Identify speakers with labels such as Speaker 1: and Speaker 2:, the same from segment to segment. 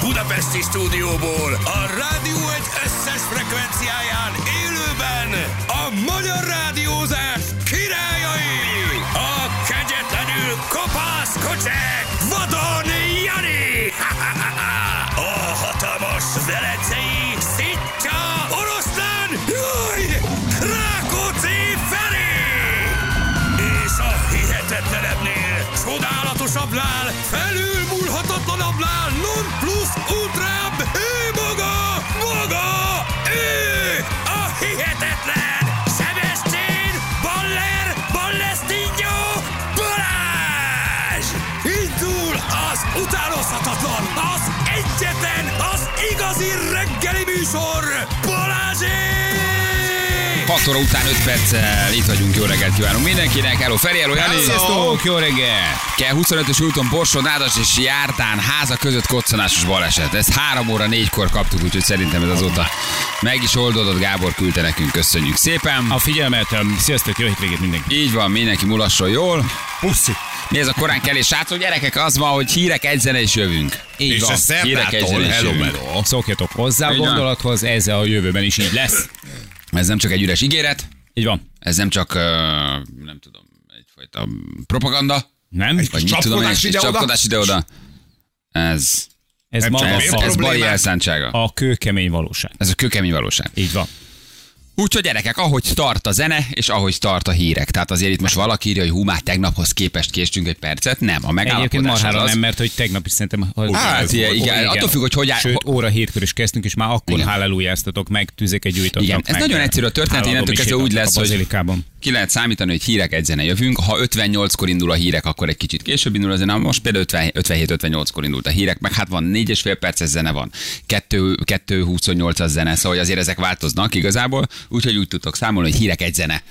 Speaker 1: Budapesti stúdióból a Rádió egy összes frekvenciáján élőben a magyar rádiózás királyai, a kegyetlenül kopász kocsek, Vadon Jani, a hatalmas velencei Szitja Oroszlán, jaj, Rákóczi Feri, és a hihetetlenebbnél csodálatosabbnál, felülmúlhatatlanabbnál, non plus ultrább, ő maga, maga, ő a hihetetlen Sebestyén Baller Ballestinho Balázs! Indul az utánozhatatlan, az egyetlen, az igazi reggeli műsor Balázsék!
Speaker 2: 6 óra után 5 perccel itt vagyunk, jó reggelt kívánunk mindenkinek. Hello Feri, hello Jani.
Speaker 3: Sziasztok, jó reggel!
Speaker 2: Kell 25-ös úton Borsod, Nádas és Jártán háza között koccanásos baleset. Ezt 3 óra 4-kor kaptuk, úgyhogy szerintem ez azóta meg is oldódott. Gábor küldte nekünk, köszönjük szépen.
Speaker 3: A figyelmet, öm, sziasztok, jó hétvégét mindenki!
Speaker 2: Így van, mindenki mulasson jól.
Speaker 3: Puszi!
Speaker 2: Mi ez a korán kelés? Srácok, gyerekek, az van, hogy hírek egyzene is jövünk. Így
Speaker 4: És
Speaker 2: van.
Speaker 4: a
Speaker 2: hírek
Speaker 4: szerdától
Speaker 2: egyzene is
Speaker 4: hello,
Speaker 2: jövünk.
Speaker 4: hello.
Speaker 3: Szokjatok hozzá a
Speaker 2: Így van.
Speaker 3: gondolathoz, ez a jövőben is így lesz.
Speaker 2: Ez nem csak egy üres ígéret,
Speaker 3: Így van.
Speaker 2: ez nem csak, ö, nem tudom, egyfajta propaganda,
Speaker 3: Nem?
Speaker 2: vagy mit tudom én,
Speaker 4: csapkodás
Speaker 2: és
Speaker 4: ide-oda.
Speaker 2: csapkodás ide-oda. Ez,
Speaker 3: Ez
Speaker 4: nem csak
Speaker 3: maga
Speaker 2: ez,
Speaker 4: miért
Speaker 2: ez
Speaker 3: a,
Speaker 4: probléma?
Speaker 2: bari elszántsága.
Speaker 3: a kőkemény valóság.
Speaker 2: Ez a kőkemény valóság.
Speaker 3: Így van.
Speaker 2: Úgyhogy gyerekek, ahogy tart a zene, és ahogy tart a hírek. Tehát azért itt most valaki írja, hogy hú, már tegnaphoz képest késtünk egy percet. Nem, a
Speaker 3: Egyébként
Speaker 2: megállapodás az
Speaker 3: marhára
Speaker 2: az.
Speaker 3: nem, mert hogy tegnap is szerintem... ha-
Speaker 2: Hát, igen,
Speaker 3: volt.
Speaker 2: igen. attól függ, hogy hogy áll-
Speaker 3: Sőt, óra hétkor is kezdtünk, és már akkor
Speaker 2: Igen.
Speaker 3: hallelujáztatok meg, tüzeket gyújtottak
Speaker 2: Igen, ez
Speaker 3: meg,
Speaker 2: nagyon egyszerű a történet,
Speaker 3: állandó
Speaker 2: innentől kezdve
Speaker 3: misét
Speaker 2: úgy
Speaker 3: adtak
Speaker 2: lesz,
Speaker 3: a
Speaker 2: hogy
Speaker 3: bazilikában.
Speaker 2: ki lehet számítani, hogy hírek egy zene jövünk. Ha 58-kor indul a hírek, akkor egy kicsit később indul a zene. Most például 50 57-58-kor indult a hírek, meg hát van 4,5 perces zene van, 2, 2 28 as zene, szóval hogy azért ezek változnak igazából, úgyhogy úgy tudtok számolni, hogy hírek egy zene.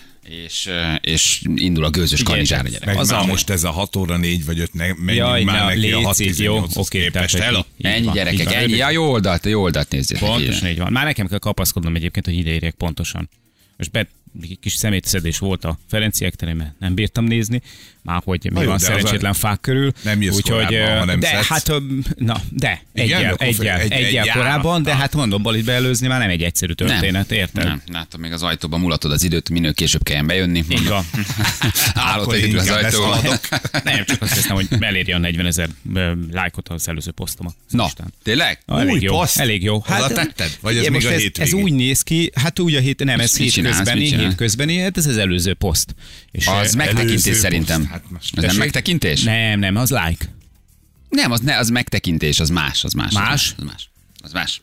Speaker 2: És, és indul a gőzös kanizsár a gyerek.
Speaker 4: Meg
Speaker 3: Az
Speaker 4: az már
Speaker 3: a-
Speaker 4: most ez a 6 óra 4 vagy 5, ne, menjünk
Speaker 3: Jaj,
Speaker 4: már
Speaker 3: ne,
Speaker 4: neki a
Speaker 3: légy
Speaker 4: 6
Speaker 3: szív, jó, oké, tehát
Speaker 4: képest.
Speaker 3: egy-
Speaker 4: Hello.
Speaker 3: így
Speaker 2: Ennyi
Speaker 3: van, így
Speaker 2: gyerekek,
Speaker 3: van.
Speaker 2: ennyi. Ja, jó oldalt, jó oldalt nézzétek.
Speaker 3: Pontosan
Speaker 2: Igen.
Speaker 3: így van. Már nekem kell kapaszkodnom egyébként, hogy ideérjek pontosan. Most be kis szemétszedés volt a Ferenciek teremben, nem bírtam nézni, már hogy mi
Speaker 4: Na jó,
Speaker 3: van
Speaker 4: de az
Speaker 3: szerencsétlen fák körül.
Speaker 4: nem jössz korábban,
Speaker 3: ö,
Speaker 4: ha nem
Speaker 3: De
Speaker 4: szedsz.
Speaker 3: hát, ö, na, de,
Speaker 4: Igen,
Speaker 3: egyel,
Speaker 4: akkor
Speaker 3: egyel,
Speaker 4: egy- egy
Speaker 3: egyel
Speaker 4: járat.
Speaker 3: korábban, de hát mondom, balit beelőzni már nem egy egyszerű történet, érted?
Speaker 2: Nem, látom, még az ajtóban mulatod az időt, minél később kelljen bejönni.
Speaker 3: Így van.
Speaker 2: Állott
Speaker 4: Akkor
Speaker 2: egyedül az
Speaker 4: inkább
Speaker 2: ajtóban.
Speaker 4: beszaladok.
Speaker 3: Nem, csak azt hiszem, hogy elérje a 40 ezer lájkot az előző posztom.
Speaker 2: Na, tényleg?
Speaker 3: Na, elég
Speaker 4: Új
Speaker 3: jó,
Speaker 4: poszt?
Speaker 3: elég jó. Hát,
Speaker 4: Oda tetted? Vagy ez
Speaker 3: ugye
Speaker 4: még
Speaker 3: most
Speaker 4: a
Speaker 3: ez, ez
Speaker 4: hétvégén?
Speaker 3: úgy néz ki, hát úgy a hét, nem, ez
Speaker 2: mit csinálsz, mit
Speaker 3: hétközbeni,
Speaker 2: csinál?
Speaker 3: hétközbeni, hát ez az előző poszt. És
Speaker 2: Az
Speaker 3: eh,
Speaker 2: megtekintés
Speaker 4: poszt,
Speaker 2: szerintem.
Speaker 4: hát most-
Speaker 2: Ez nem
Speaker 3: Tessék?
Speaker 2: megtekintés?
Speaker 3: Nem, nem, az like.
Speaker 2: Nem, az, ne, az megtekintés, az más, az más. az
Speaker 3: Más?
Speaker 2: Az más. Az más.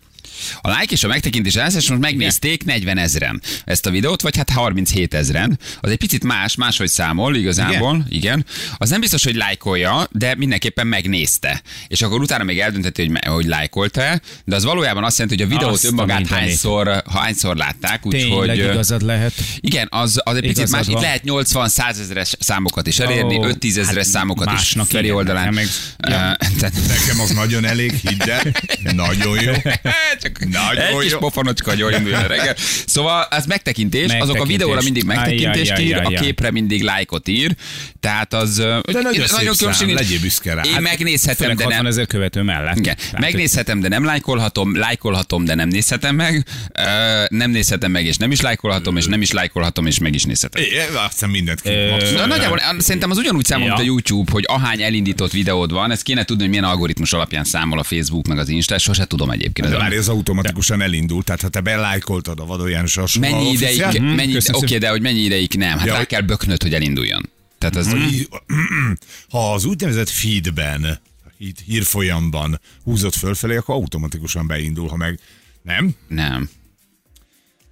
Speaker 2: A like és a megtekintés lesz, és most megnézték 40 ezeren ezt a videót, vagy hát 37 ezeren. Az egy picit más, máshogy számol igazából, igen. igen. Az nem biztos, hogy lájkolja, de mindenképpen megnézte. És akkor utána még eldönteti, hogy, me- hogy lájkolta-e, de az valójában azt jelenti, hogy a videót
Speaker 3: Azt a
Speaker 2: önmagát
Speaker 3: mindenit.
Speaker 2: hányszor, hányszor látták,
Speaker 3: Tényleg
Speaker 2: úgyhogy... ö,
Speaker 3: igazad lehet.
Speaker 2: Igen, az, az egy picit
Speaker 3: Igazad
Speaker 2: más. Itt
Speaker 3: van.
Speaker 2: lehet 80-100 ezeres számokat is elérni,
Speaker 3: Ó,
Speaker 2: oh, 5-10 ezeres
Speaker 3: hát
Speaker 2: számokat is
Speaker 3: másnak
Speaker 2: felé
Speaker 3: igen,
Speaker 2: oldalán.
Speaker 3: nekem meg-
Speaker 2: Ö,
Speaker 3: Ja.
Speaker 2: tehát-
Speaker 4: Nekem az nagyon elég, hidd el. Nagyon jó.
Speaker 2: Csak
Speaker 4: Nagyon
Speaker 2: egy kis
Speaker 4: jó.
Speaker 2: pofonocska, hogy jól induljon a reggel. Szóval az megtekintés, azok a
Speaker 3: Megtekintés.
Speaker 2: videóra mindig megtekintést
Speaker 3: Ajjajjajjaj.
Speaker 2: ír, a képre mindig lájkot ír, tehát az... De
Speaker 4: nagyon szép szám, legyél büszke rá.
Speaker 2: Én
Speaker 4: Hát,
Speaker 2: megnézhetem,
Speaker 3: Főleg
Speaker 2: de
Speaker 3: 60
Speaker 2: nem...
Speaker 3: ezer Hát, követő mellett.
Speaker 2: Igen.
Speaker 3: Tehát,
Speaker 2: Megnézhetem, de nem lájkolhatom, lájkolhatom, de nem nézhetem meg, Ö, nem nézhetem meg, és nem is lájkolhatom, és nem is lájkolhatom, és meg is nézhetem.
Speaker 4: É, Azt hiszem mindent kikapsz.
Speaker 2: Na, nagyjából á, szerintem az ugyanúgy számol,
Speaker 3: Ja.
Speaker 2: mint a YouTube, hogy ahány elindított videód van, ezt kéne tudni, hogy milyen algoritmus alapján számol a Facebook, meg az Insta, ezt sose tudom egyébként.
Speaker 4: De
Speaker 2: Ez a-
Speaker 4: várj, ez automatikusan elindult, tehát ha te belájkoltad a Vadó János a
Speaker 2: Mennyi ideig,
Speaker 3: Mhm.
Speaker 4: oficiál-
Speaker 2: mennyi, oké,
Speaker 3: köszönöm
Speaker 2: de hogy mennyi ideig nem, hát
Speaker 4: Ja,
Speaker 2: rá
Speaker 4: hogy- Mhm.
Speaker 2: kell böknöd, hogy elinduljon. Tehát az,
Speaker 4: Ha az úgynevezett feedben, hí- hírfolyamban húzod fölfelé, akkor automatikusan beindul, ha meg nem.
Speaker 2: nem.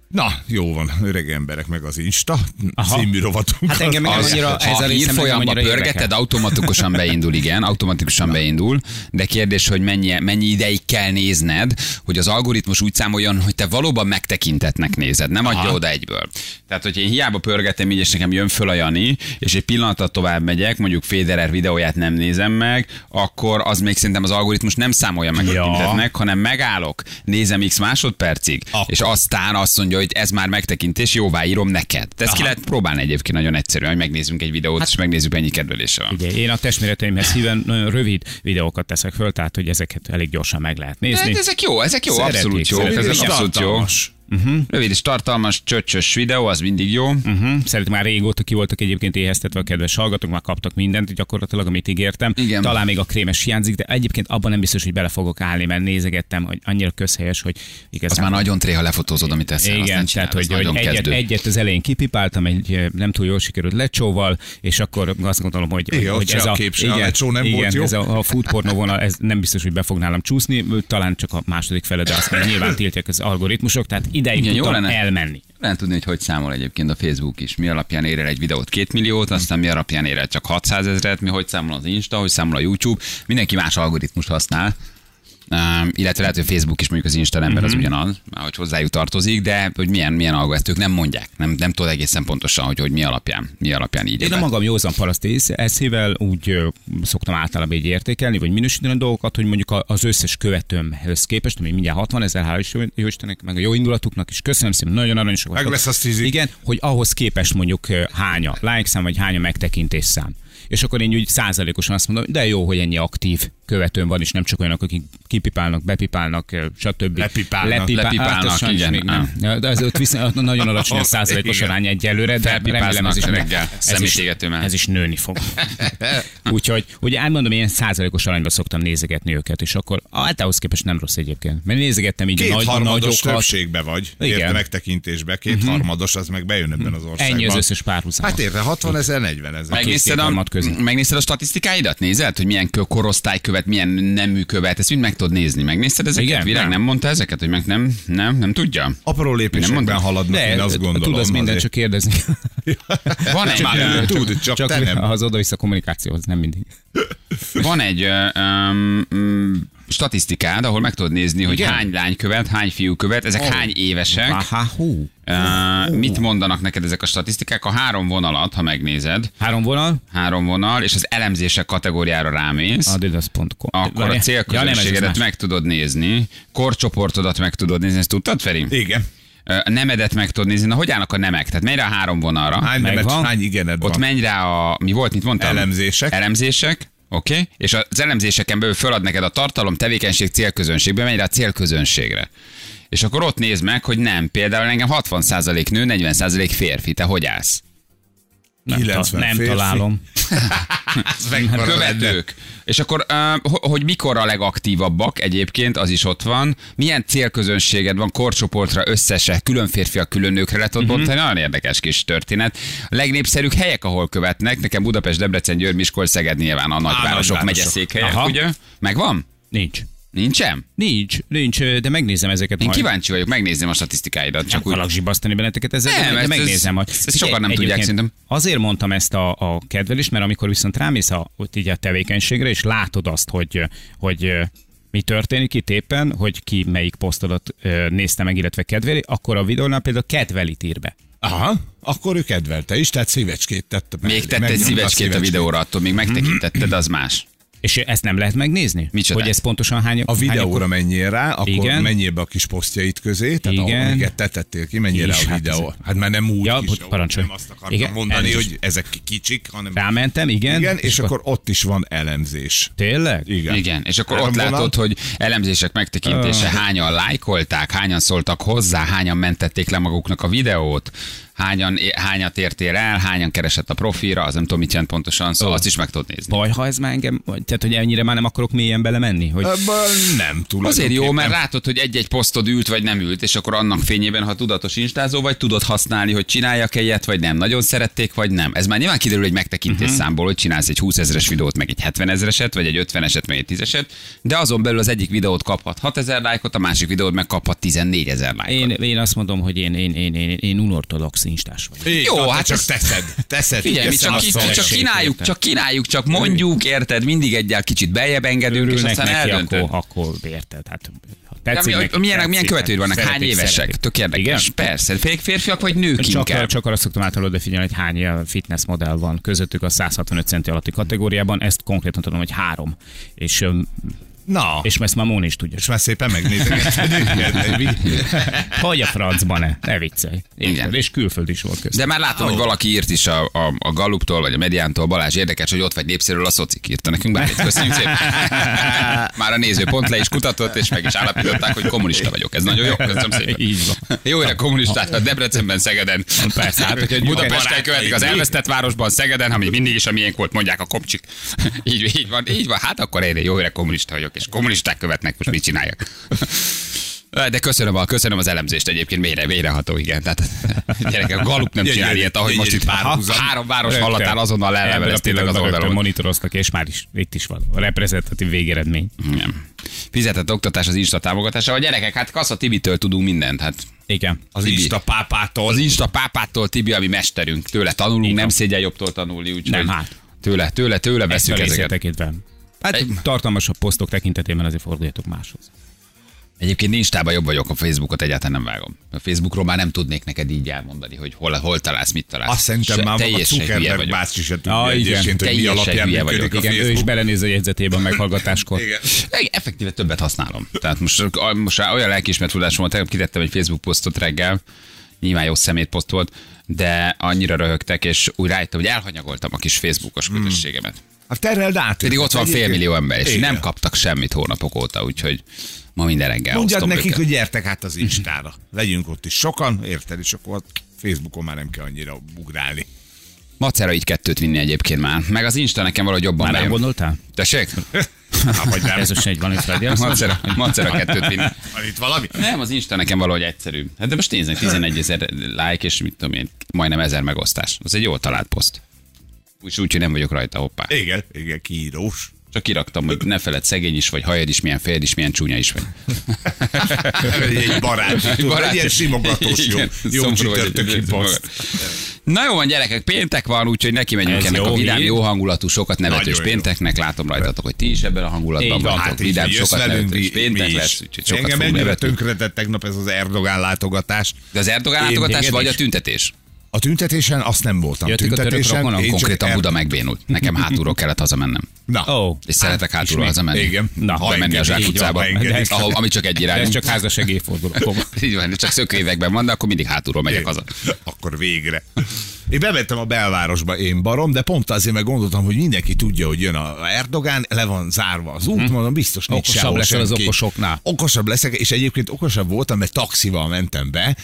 Speaker 4: Na, jó van, öreg emberek, meg az Insta
Speaker 3: Aha.
Speaker 4: című rovatunk.
Speaker 3: Hát engem meg
Speaker 4: Az-
Speaker 3: az- annyira-
Speaker 2: ha
Speaker 3: ez a
Speaker 2: a
Speaker 3: része nekem
Speaker 2: hírfolyamba
Speaker 3: annyira érdekel.
Speaker 2: pörgeted, automatikusan beindul, igen, automatikusan beindul, de kérdés, hogy mennyi, mennyi ideig kell nézned, hogy az algoritmus úgy számoljon, hogy te valóban megtekintetnek nézed, nem adja oda egyből. Tehát, hogy én hiába pörgetem így, és nekem jön föl a Jani, és egy pillanatot tovább megyek, mondjuk Federer videóját nem nézem meg, akkor az még szerintem az algoritmus nem számolja meg, hogy
Speaker 3: Ja.
Speaker 2: tekintetnek, hanem megállok, nézem x másodpercig,
Speaker 4: Akkor.
Speaker 2: és aztán azt mondja, hogy ez már megtekintés, jóváírom neked. De ezt ki lehet próbálni egyébként nagyon egyszerűen, hogy megnézzünk egy videót, hát, és megnézzük, mennyi kedvelése van.
Speaker 3: Ugye, én a testméreteimhez híven nagyon rövid videókat teszek föl, tehát hogy ezeket elég gyorsan meg lehet nézni.
Speaker 2: De ezek jó, ezek jó,
Speaker 3: Szeretik,
Speaker 2: abszolút jó.
Speaker 3: szeretik.
Speaker 2: Ezek
Speaker 3: És
Speaker 2: abszolút jó.
Speaker 4: tartalmas.
Speaker 3: Mhm.
Speaker 2: Uh-huh. Rövid és tartalmas, csöcsös videó, az mindig jó.
Speaker 3: Uh-huh. Szerintem már régóta ki voltak egyébként éheztetve a kedves hallgatók, már kaptak mindent gyakorlatilag, amit ígértem.
Speaker 2: Igen.
Speaker 3: Talán még a krémes hiányzik, de egyébként abban nem biztos, hogy bele fogok állni, mert nézegettem, hogy annyira közhelyes, hogy
Speaker 2: Az
Speaker 3: igazán
Speaker 2: már nagyon tréha lefotózod, amit teszel. azt
Speaker 3: Igen,
Speaker 2: nem
Speaker 3: tehát
Speaker 2: csinálod,
Speaker 3: hogy,
Speaker 2: az
Speaker 3: hogy
Speaker 2: nagyon
Speaker 3: egyet,
Speaker 2: kezdő.
Speaker 3: egyet az elején kipipáltam, egy eh, nem túl jól sikerült lecsóval, és akkor azt gondolom, hogy,
Speaker 4: Igen, ott
Speaker 3: hogy
Speaker 4: se a kép se, a lecsó nem
Speaker 3: igen,
Speaker 4: volt jó.
Speaker 3: ez a, a foodpornó vonal, ez nem biztos, hogy be fog nálam csúszni, talán csak a második fele, de azt még nyilván tiltják az algoritmusok, tehát ideig
Speaker 2: Igen,
Speaker 3: igen,
Speaker 2: jó
Speaker 3: tudtam
Speaker 2: lenne.
Speaker 3: elmenni.
Speaker 2: Nem tudni, hogy hogy számol egyébként a Facebook is. Mi alapján ér el egy videót 2 milliót, aztán mi alapján ér el csak 600 ezeret, mi hogy számol az Insta, hogy számol a YouTube. Mindenki más algoritmust használ. Um, illetve lehet, hogy Facebook is mondjuk az Insta ember
Speaker 3: Mhm.
Speaker 2: az ugyanaz, már hogy hozzájuk tartozik, de hogy milyen, milyen algo, ezt ők nem mondják. Nem, nem tudod egészen pontosan, hogy, hogy mi alapján, mi alapján így.
Speaker 3: Én
Speaker 2: ér
Speaker 3: a
Speaker 2: el.
Speaker 3: magam józan paraszti ész- eszével úgy ö, szoktam általában így értékelni, vagy minősíteni a dolgokat, hogy mondjuk a- az összes követőmhöz képest, ami mindjárt 60 ezer, hál' is- jó Istennek, meg a jó indulatuknak is, köszönöm szépen, nagyon aranyosak
Speaker 4: Meg
Speaker 3: vagytok.
Speaker 4: lesz az tízig.
Speaker 3: Igen, hogy ahhoz képest mondjuk ö, hánya like szám, vagy hánya megtekintés szám. És akkor én úgy százalékosan azt mondom, de jó, hogy ennyi aktív követőm van, és nem csak olyanok, akik kipipálnak, bepipálnak, ö, stb.
Speaker 4: Lepipálnak.
Speaker 3: Lepipá-
Speaker 2: Lepipálnak,
Speaker 3: hát, azt sajnos
Speaker 2: igen,
Speaker 3: még nem. De az ott viszont nagyon alacsony a százalékos
Speaker 4: Igen.
Speaker 3: arány egyelőre, de
Speaker 2: Felpipáznak
Speaker 3: remélem ez is,
Speaker 2: reggel
Speaker 3: ez is,
Speaker 2: szemétégető mellett.
Speaker 3: ez is nőni fog. Úgyhogy, hogy elmondom, ilyen százalékos arányba szoktam nézegetni őket, és akkor hát ahhoz képest nem rossz egyébként. Mert nézegettem így a nagy, a
Speaker 4: Kétharmados
Speaker 3: nagyokat.
Speaker 4: többségbe vagy,
Speaker 3: Igen. Mhm.
Speaker 4: érte megtekintésbe, kétharmados, az meg bejön ebben az országban.
Speaker 3: Ennyi az összes párhuzam.
Speaker 4: Hát érte, 60 ezer, 40 ezer.
Speaker 3: Meg-
Speaker 2: Megnézted a,
Speaker 3: kétharmad között.
Speaker 2: megnézted a statisztikáidat? Nézed, hogy milyen kö- korosztály követ, milyen nemű követ, ezt mind meg tudod nézni. Megnézted ezeket?
Speaker 3: Igen,
Speaker 2: Igen, Virág
Speaker 3: nem.
Speaker 2: nem. mondta ezeket, hogy meg nem, nem, nem tudja?
Speaker 4: Apró lépésekben
Speaker 2: mondtam.
Speaker 4: haladnak, én azt gondolom.
Speaker 3: tud az minden,
Speaker 4: azért.
Speaker 3: csak kérdezni.
Speaker 2: Van egy,
Speaker 4: Csak ő
Speaker 2: ö,
Speaker 4: tud, csak te nem.
Speaker 3: az oda-vissza kommunikáció, az nem mindig.
Speaker 2: van egy ö, öm, mm, statisztikád, ahol meg tudod nézni, hogy
Speaker 3: Igen?
Speaker 2: hány lány követ, hány fiú követ, ezek hány évesek.
Speaker 3: Aha, hú.
Speaker 2: Ö, mit mondanak neked ezek a statisztikák? A három vonalat, ha megnézed,
Speaker 3: Három vonal,
Speaker 2: három vonal, és az elemzések kategóriára rámész.
Speaker 3: adidas.com.
Speaker 2: akkor a
Speaker 3: Várjál. Ja, nem, ez
Speaker 2: célközönségedet
Speaker 3: az más.
Speaker 2: meg tudod nézni, korcsoportodat meg tudod nézni, ezt tudtad, Feri?
Speaker 4: Igen.
Speaker 2: Ö, A nemedet meg tudod nézni, na hogy állnak a nemek? Tehát menj rá a három vonalra.
Speaker 4: Hány, nemet,
Speaker 3: Megvan.
Speaker 4: hány igened
Speaker 2: Ott
Speaker 4: van?
Speaker 2: menj rá a, mi volt, mit mondtam?
Speaker 4: Elemzések.
Speaker 2: Elemzések. Oké, okay. és az elemzéseken belül fölad neked a tartalom, tevékenység, célközönségbe, menj rá a célközönségre. És akkor ott nézd meg, hogy nem, például engem 60% nő, 40% férfi, te hogy állsz?
Speaker 3: Nem, ta-
Speaker 4: 90
Speaker 3: nem
Speaker 4: férfi.
Speaker 3: találom. Hát
Speaker 4: Mekkora lenne?
Speaker 2: követők. És akkor, ö, ho- hogy mikor a legaktívabbak egyébként, az is ott van. Milyen célközönséged van, korcsoportra, összese, külön férfiak, külön nőkre lehet
Speaker 3: Mhm.
Speaker 2: ott bontani. Nagyon érdekes kis történet. A legnépszerűbb helyek, ahol követnek, nekem Budapest, Debrecen, Győr, Miskolc, Szeged nyilván a nagyvárosok,
Speaker 4: nagyvárosok.
Speaker 2: megyeszékhelyek,
Speaker 3: Aha.
Speaker 2: ugye? Megvan?
Speaker 3: Nincs.
Speaker 2: Nincsen?
Speaker 3: Nincs, nincs, ö, de megnézem ezeket
Speaker 2: Én
Speaker 3: majd.
Speaker 2: kíváncsi vagyok, megnézném a statisztikáidat,
Speaker 3: Nem
Speaker 2: csak úgy.
Speaker 3: akarlak zsibasztani benneteket ezzel,
Speaker 2: Nem,
Speaker 3: nem, de
Speaker 2: ezt-
Speaker 3: megnézem.
Speaker 2: ezt-
Speaker 3: hogy-
Speaker 2: ezt
Speaker 3: Figyelj,
Speaker 2: sokan nem tudják
Speaker 3: egyébként
Speaker 2: szerintem.
Speaker 3: Azért mondtam ezt a, a kedvelést, mert amikor viszont rámész a, ott így a tevékenységre, és látod azt, hogy, hogy mi történik itt éppen, hogy ki melyik posztodat ö, nézte meg, illetve kedveli, akkor a videónál például kedvelit ír be.
Speaker 4: Aha, akkor ő kedvelte is, tehát szívecskét tette. mellé.
Speaker 2: Még tett egy
Speaker 4: Megnyomta
Speaker 2: szívecskét a videóra, attól
Speaker 3: Mhm.
Speaker 2: még megtekintetted, az más.
Speaker 3: És ezt nem lehet megnézni?
Speaker 2: Micsoda?
Speaker 3: Hogy ez pontosan hány...
Speaker 4: A videóra
Speaker 3: hány-
Speaker 4: menjél rá, akkor
Speaker 3: Igen.
Speaker 4: menjél be a kis posztjaid közé, tehát
Speaker 3: Igen.
Speaker 4: Igen. amiket te tettél ki, menjél
Speaker 3: És
Speaker 4: rá a
Speaker 3: hát
Speaker 4: videó.
Speaker 3: ez-
Speaker 4: Hát már nem úgy
Speaker 3: Ja,
Speaker 4: kis,
Speaker 3: hogy
Speaker 4: jó,
Speaker 3: parancsolj.
Speaker 4: Nem azt akartam
Speaker 3: Igen,
Speaker 4: mondani,
Speaker 3: elnézést.
Speaker 4: hogy ezek ki- kicsik, hanem...
Speaker 3: Rámentem, igen.
Speaker 4: Igen, és akkor ott is van elemzés.
Speaker 3: Tényleg?
Speaker 4: Igen.
Speaker 2: Igen, és akkor
Speaker 4: Három
Speaker 2: ott
Speaker 4: vonal.
Speaker 2: látod, hogy elemzések megtekintése, hányan lájkolták, hányan szóltak hozzá, hányan mentették le maguknak a videót, hányan, hányat értél el, hányan keresett a profilra, az nem tudom, mit jelent pontosan, szóval azt is meg tudod nézni.
Speaker 3: Baj, ha ez már engem... vagy- Tehát, hogy ennyire már nem akarok mélyen belemenni, hogy...
Speaker 4: Ebben nem túl.
Speaker 2: Azért jó, mert látod, hogy egy-egy posztod ült vagy nem ült, és akkor annak fényében, ha tudatos instázó vagy, tudod használni, hogy csináljak egyet, vagy nem, nagyon szerették, vagy nem. Ez már nyilván kiderül egy megtekintés
Speaker 3: Mhm.
Speaker 2: uh-huh. számból, hogy csinálsz egy 20 ezeres videót, meg egy 70 ezereset, vagy egy 50 eset, meg egy 10 eset, de azon belül az egyik videót kaphat 6 ezer lájkot, a másik videót meg kaphat 14 ezer lájkot.
Speaker 3: Én, én azt mondom, hogy én, én, én, én, én unortodox instás vagyok.
Speaker 4: Jó,
Speaker 2: Jó,
Speaker 4: hát,
Speaker 2: hát
Speaker 4: csak
Speaker 2: ez-
Speaker 4: teszed. Teszed.
Speaker 2: Figyelj, mi
Speaker 4: teszed
Speaker 2: csak,
Speaker 4: azt
Speaker 2: ki,
Speaker 4: a
Speaker 2: csak
Speaker 4: legség.
Speaker 2: kínáljuk, csak kínáljuk, csak mondjuk, érted, mindig egyel kicsit beljebb engedünk, és
Speaker 3: Örülnek
Speaker 2: aztán
Speaker 3: neki,
Speaker 2: eldöntöd.
Speaker 3: akkor, akkor érted. Hát, ha
Speaker 2: De
Speaker 3: tetszik
Speaker 2: mi,
Speaker 3: neki,
Speaker 2: hogy milyenek,
Speaker 3: tetszik,
Speaker 2: milyen követői
Speaker 3: hát
Speaker 2: vannak? Hány
Speaker 3: szeretik,
Speaker 2: évesek?
Speaker 3: szeretik.
Speaker 2: Tök érdekes.
Speaker 3: Igen?
Speaker 2: Persze. Fék férfiak vagy nők
Speaker 3: Csak,
Speaker 2: inkább?
Speaker 3: arra- csak arra szoktam általában odafigyelni, hogy hány ilyen fitness modell van közöttük a 165 centi alatti kategóriában. Ezt konkrétan tudom, hogy három. És öm,
Speaker 4: Na, és,
Speaker 3: És ezt már Móni is tudja.
Speaker 4: és már szépen megnézegetted őket. egy vi-
Speaker 3: Hogy a francban-e? Ne viccelj.
Speaker 2: Igen.
Speaker 3: Igen. És külföld is volt köztük.
Speaker 2: De már látom, hogy valaki írt is a, a, a Galluptól, vagy a Mediántól, Balázs érdekes, hogy ott vagy népszerűről a szocik írta nekünk bármit. Köszönjük szépen. Már a néző pont le is kutatott, és meg is állapították, hogy kommunista vagyok. Ez nagyon jó, köszönöm szépen.
Speaker 3: Így van.
Speaker 2: Jó, hogy a kommunistát a Debrecenben, Szegeden.
Speaker 3: Persze, hát, hogy egy
Speaker 2: Budapesten
Speaker 3: barát-
Speaker 2: követik az elvesztett városban, Szegeden, ami mindig is a miénk volt, mondják a kopcsik. Így, így van, így van. Hát akkor én jó, hogy kommunista vagyok, és kommunisták követnek, most mit csináljak? De köszönöm, a, köszönöm az elemzést egyébként, mélyre, mélyreható, igen. Tehát gyerekek, a Galup nem csinál
Speaker 4: Gyönyörű,
Speaker 2: ilyet, ahogy most
Speaker 4: gyönyörű
Speaker 2: itt párhuzam. három város hallatán azonnal leleveleztétek az
Speaker 3: oldalon.
Speaker 2: oldalon.
Speaker 3: monitoroztak, és már is itt is van. A reprezentatív végeredmény.
Speaker 2: Nem. Fizetett oktatás az Insta támogatása. A gyerekek, hát Kassa Tibitől tudunk mindent. Hát
Speaker 3: Igen.
Speaker 4: Az
Speaker 2: Tibi.
Speaker 4: Insta pápától.
Speaker 2: az Insta pápától Tibi, ami mesterünk. Tőle tanulunk, nem szégyen jobbtól tanulni. Úgyhogy
Speaker 3: Nem, hát.
Speaker 2: Tőle, tőle, tőle
Speaker 3: Ezt a
Speaker 2: veszük
Speaker 3: részét
Speaker 2: ezeket.
Speaker 3: tekintve. Hát
Speaker 2: Egy-
Speaker 3: tartalmasabb posztok tekintetében azért forduljatok máshoz.
Speaker 2: Egyébként Instában jobb vagyok, a Facebookot egyáltalán nem vágom. A Facebookról már nem tudnék neked így elmondani, hogy hol, hol találsz, mit találsz.
Speaker 4: Azt szerintem
Speaker 2: Se-
Speaker 4: már a
Speaker 2: teljesen hülye
Speaker 4: Zuckerberg
Speaker 2: vagyok.
Speaker 4: bácsi se
Speaker 3: Ah,
Speaker 4: tudja
Speaker 3: igen,
Speaker 4: egyébként, hogy mi
Speaker 2: teljesen
Speaker 4: alapján
Speaker 2: hülye
Speaker 4: működik a
Speaker 2: vagyok.
Speaker 3: Igen, ő is
Speaker 4: Facebook.
Speaker 3: belenéz a jegyzetében meghallgatáskor.
Speaker 4: Igen.
Speaker 2: Igen, E, Effektíve többet használom. Tehát most, most már olyan lelkiismert tudásom volt, tegnap kitettem egy Facebook posztot reggel, nyilván jó szemét poszt volt, de annyira röhögtek, és úgy rájöttem, hogy elhanyagoltam a kis Facebookos
Speaker 4: Hmm.
Speaker 2: közösségemet.
Speaker 4: Hát tereld át.
Speaker 2: Pedig
Speaker 4: őket
Speaker 2: ott van
Speaker 4: egyébként.
Speaker 2: félmillió ember, és
Speaker 4: Igen.
Speaker 2: nem kaptak semmit hónapok óta, úgyhogy ma minden reggel
Speaker 4: Mondjad
Speaker 2: osztom
Speaker 4: nekik,
Speaker 2: őket.
Speaker 4: hogy gyertek át az Instára. Legyünk ott is sokan, érted? És akkor Facebookon már nem kell annyira ugrálni.
Speaker 2: Macera így kettőt vinni egyébként már. Meg az Insta nekem valahogy jobban
Speaker 3: Már nem
Speaker 2: bejön.
Speaker 3: gondoltál?
Speaker 2: Tessék?
Speaker 4: Hát, vagy nem.
Speaker 3: Ez most egy van, hogy
Speaker 2: Macera, macera kettőt vinni.
Speaker 4: Van itt valami?
Speaker 2: Nem, az Insta nekem valahogy egyszerűbb. Hát de most nézzek, 11 ezer like, és mit tudom én, majdnem ezer megosztás. Az egy jól talált poszt. Úgy, úgy, hogy nem vagyok rajta, hoppá.
Speaker 4: Igen, igen, kiírós.
Speaker 2: Csak kiraktam, hogy ne feled, szegény is vagy, hajad is, milyen fejed is, milyen csúnya is vagy.
Speaker 4: Egy barát, tudod, egy ilyen simogatós jó,
Speaker 2: Igen,
Speaker 4: jó
Speaker 2: szomorú
Speaker 4: csütörtöki
Speaker 2: vagy,
Speaker 4: poszt.
Speaker 2: Na jó van, gyerekek, péntek van, úgyhogy neki megyünk
Speaker 3: Ez
Speaker 2: ennek
Speaker 3: jó
Speaker 2: a vidám,
Speaker 3: hír.
Speaker 2: jó hangulatú, sokat nevetős
Speaker 4: Nagyon jó.
Speaker 2: pénteknek. Látom rajtatok, hogy ti is ebben a hangulatban
Speaker 3: Így van,
Speaker 2: vagytok.
Speaker 4: Hát így,
Speaker 2: vidám,
Speaker 4: hogy jössz
Speaker 2: sokat
Speaker 4: velünk, mi,
Speaker 2: nevetős
Speaker 4: mi
Speaker 2: péntek
Speaker 4: is.
Speaker 2: lesz, úgyhogy sokat
Speaker 4: Engem
Speaker 2: fogunk
Speaker 4: ennyire
Speaker 2: nevetni.
Speaker 4: tönkretett tegnap ez az Erdogán látogatás.
Speaker 2: De az Erdogán
Speaker 4: Én
Speaker 2: látogatás
Speaker 4: téged
Speaker 2: vagy
Speaker 4: is.
Speaker 2: a tüntetés?
Speaker 4: A tüntetésen azt nem voltam.
Speaker 3: Jöttek a török
Speaker 4: tüntetésen,
Speaker 3: rokonok,
Speaker 4: én csak
Speaker 2: Konkrétan
Speaker 4: Er-
Speaker 2: Buda megbénult. Nekem hátulról kellett hazamennem.
Speaker 4: Na,
Speaker 3: Ó,
Speaker 2: És szeretek hátulról hazamenni.
Speaker 4: Hát Igen.
Speaker 2: Na,
Speaker 4: Ha
Speaker 2: bemenni a
Speaker 4: engedik,
Speaker 2: Zsák
Speaker 4: így van,
Speaker 2: utcába,
Speaker 4: ha engedik.
Speaker 2: ahol, ami csak egy
Speaker 3: ez
Speaker 2: irány. Hát,
Speaker 3: csak házas segélyforduló.
Speaker 2: Így van, csak szökrévekben van, de akkor mindig hátulról megyek haza.
Speaker 4: Akkor végre. Én bementem a belvárosba, én barom, de pont azért meg gondoltam, hogy mindenki tudja, hogy jön a Erdogán, le van zárva az út, mondom, biztos nincs
Speaker 3: Mhm. Okosabb
Speaker 4: sehol
Speaker 3: leszel az
Speaker 4: senki.
Speaker 3: okosoknál.
Speaker 4: Okosabb leszek, és egyébként okosabb voltam, mert taxival mentem be,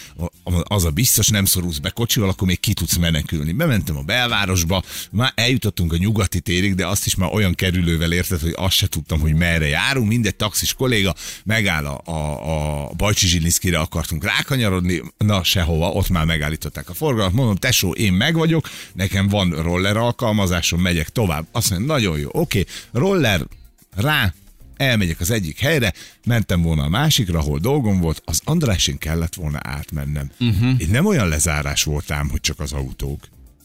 Speaker 4: a- az a biztos, nem szorulsz be kocsival, akkor még ki tudsz menekülni. Bementem a belvárosba, már eljutottunk a nyugati térig, de azt is már olyan kerülővel érted, hogy azt se tudtam, hogy merre járunk. Mindegy taxis kolléga megáll a, a, a Bajcsi Zsilinszkire akartunk rákanyarodni, na sehova, ott már megállították a forgalmat. Mondom, tesó, én meg vagyok, nekem van roller alkalmazásom, megyek tovább. Azt mondja, nagyon jó, oké, roller rá, elmegyek az egyik helyre, mentem volna a másikra, ahol dolgom volt, az Andrásin kellett volna átmennem. Uh-huh. Én nem olyan lezárás voltám, hogy csak az autók.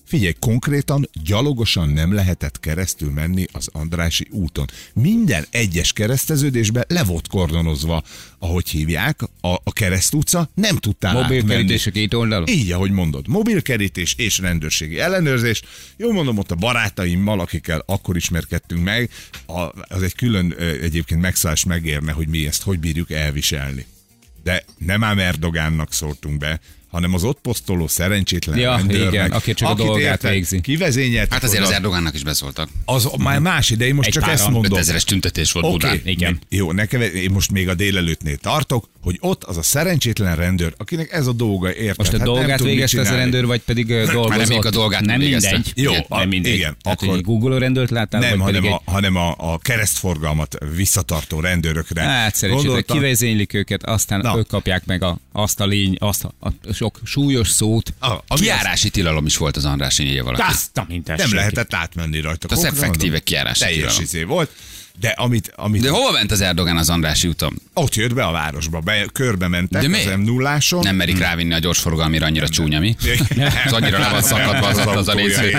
Speaker 4: Figyelj, konkrétan gyalogosan nem lehetett keresztül menni az Andrási úton. Minden egyes kereszteződésbe le volt kordonozva, ahogy hívják, a, a kereszt utca, nem tudtál átmenni.
Speaker 3: Mobilkerítések két oldalon.
Speaker 4: Így, ahogy mondod, mobilkerítés és rendőrségi ellenőrzés. Jó mondom, ott a barátaimmal, akikkel akkor ismerkedtünk meg, a, az egy külön ö, egyébként megszállás megérne, hogy mi ezt hogy bírjuk elviselni. De nem ám Erdogánnak szóltunk be, hanem az ott posztoló szerencsétlen
Speaker 3: Ja,
Speaker 4: rendőrnek,
Speaker 3: igen, aki csak a
Speaker 4: akit
Speaker 3: dolgát
Speaker 4: érted,
Speaker 3: végzi.
Speaker 4: Kivezényeltek
Speaker 2: Hát azért az
Speaker 4: oda.
Speaker 2: Erdogánnak is beszóltak.
Speaker 4: az, már más idei, most
Speaker 3: Egy
Speaker 4: csak
Speaker 3: páran.
Speaker 4: ezt mondom.
Speaker 2: 5000-es tüntetés volt
Speaker 4: Oké,
Speaker 2: Budán.
Speaker 3: igen.
Speaker 4: Jó, nekem én most még a délelőttnél tartok, hogy ott az a szerencsétlen rendőr, akinek ez a dolga érted.
Speaker 3: Most a
Speaker 4: hát nem tud
Speaker 3: dolgát
Speaker 4: mit
Speaker 3: végezte az a
Speaker 4: csinálni.
Speaker 3: rendőr, vagy pedig ö, dolgozott?
Speaker 2: még a dolgát nem
Speaker 3: nem
Speaker 2: végezte.
Speaker 3: mindegy.
Speaker 4: Jó,
Speaker 3: Igen,
Speaker 4: a-
Speaker 3: nem mindegy.
Speaker 4: igen,
Speaker 3: Tehát,
Speaker 4: akkor-
Speaker 3: hogy Google rendőrt láttál,
Speaker 4: Nem,
Speaker 3: vagy
Speaker 4: hanem,
Speaker 3: pedig
Speaker 4: a, hanem a, a keresztforgalmat visszatartó rendőrökre.
Speaker 3: egy... Hát szerencsétlen,
Speaker 4: Gondoltam-
Speaker 3: kivezénylik őket, aztán
Speaker 4: Na.
Speaker 3: ők kapják meg a, azt a lény, azt a, a sok súlyos szót.
Speaker 4: A- ami az-
Speaker 2: Kiárási tilalom is volt az Andrásin, írja valaki.
Speaker 3: Azt a mintás.
Speaker 4: Nem
Speaker 3: senki.
Speaker 4: lehetett átmenni rajta.
Speaker 2: hát Az
Speaker 4: Konkrétan
Speaker 2: effektíve
Speaker 4: mondom,
Speaker 2: kiárási
Speaker 4: Teljes
Speaker 2: tilalom.
Speaker 4: izé volt. De amit, amit
Speaker 2: De
Speaker 4: de
Speaker 2: hova ment az Erdogán az Andrási úton?
Speaker 4: ott jött be a városba, be, körbe mentek
Speaker 2: De
Speaker 4: de
Speaker 2: miért?
Speaker 4: az m 0
Speaker 2: Nem merik
Speaker 4: Hm.
Speaker 2: rávinni a gyorsforgalmira, annyira csúnya, mi? Az annyira le van szakadva az, az, az a részvény.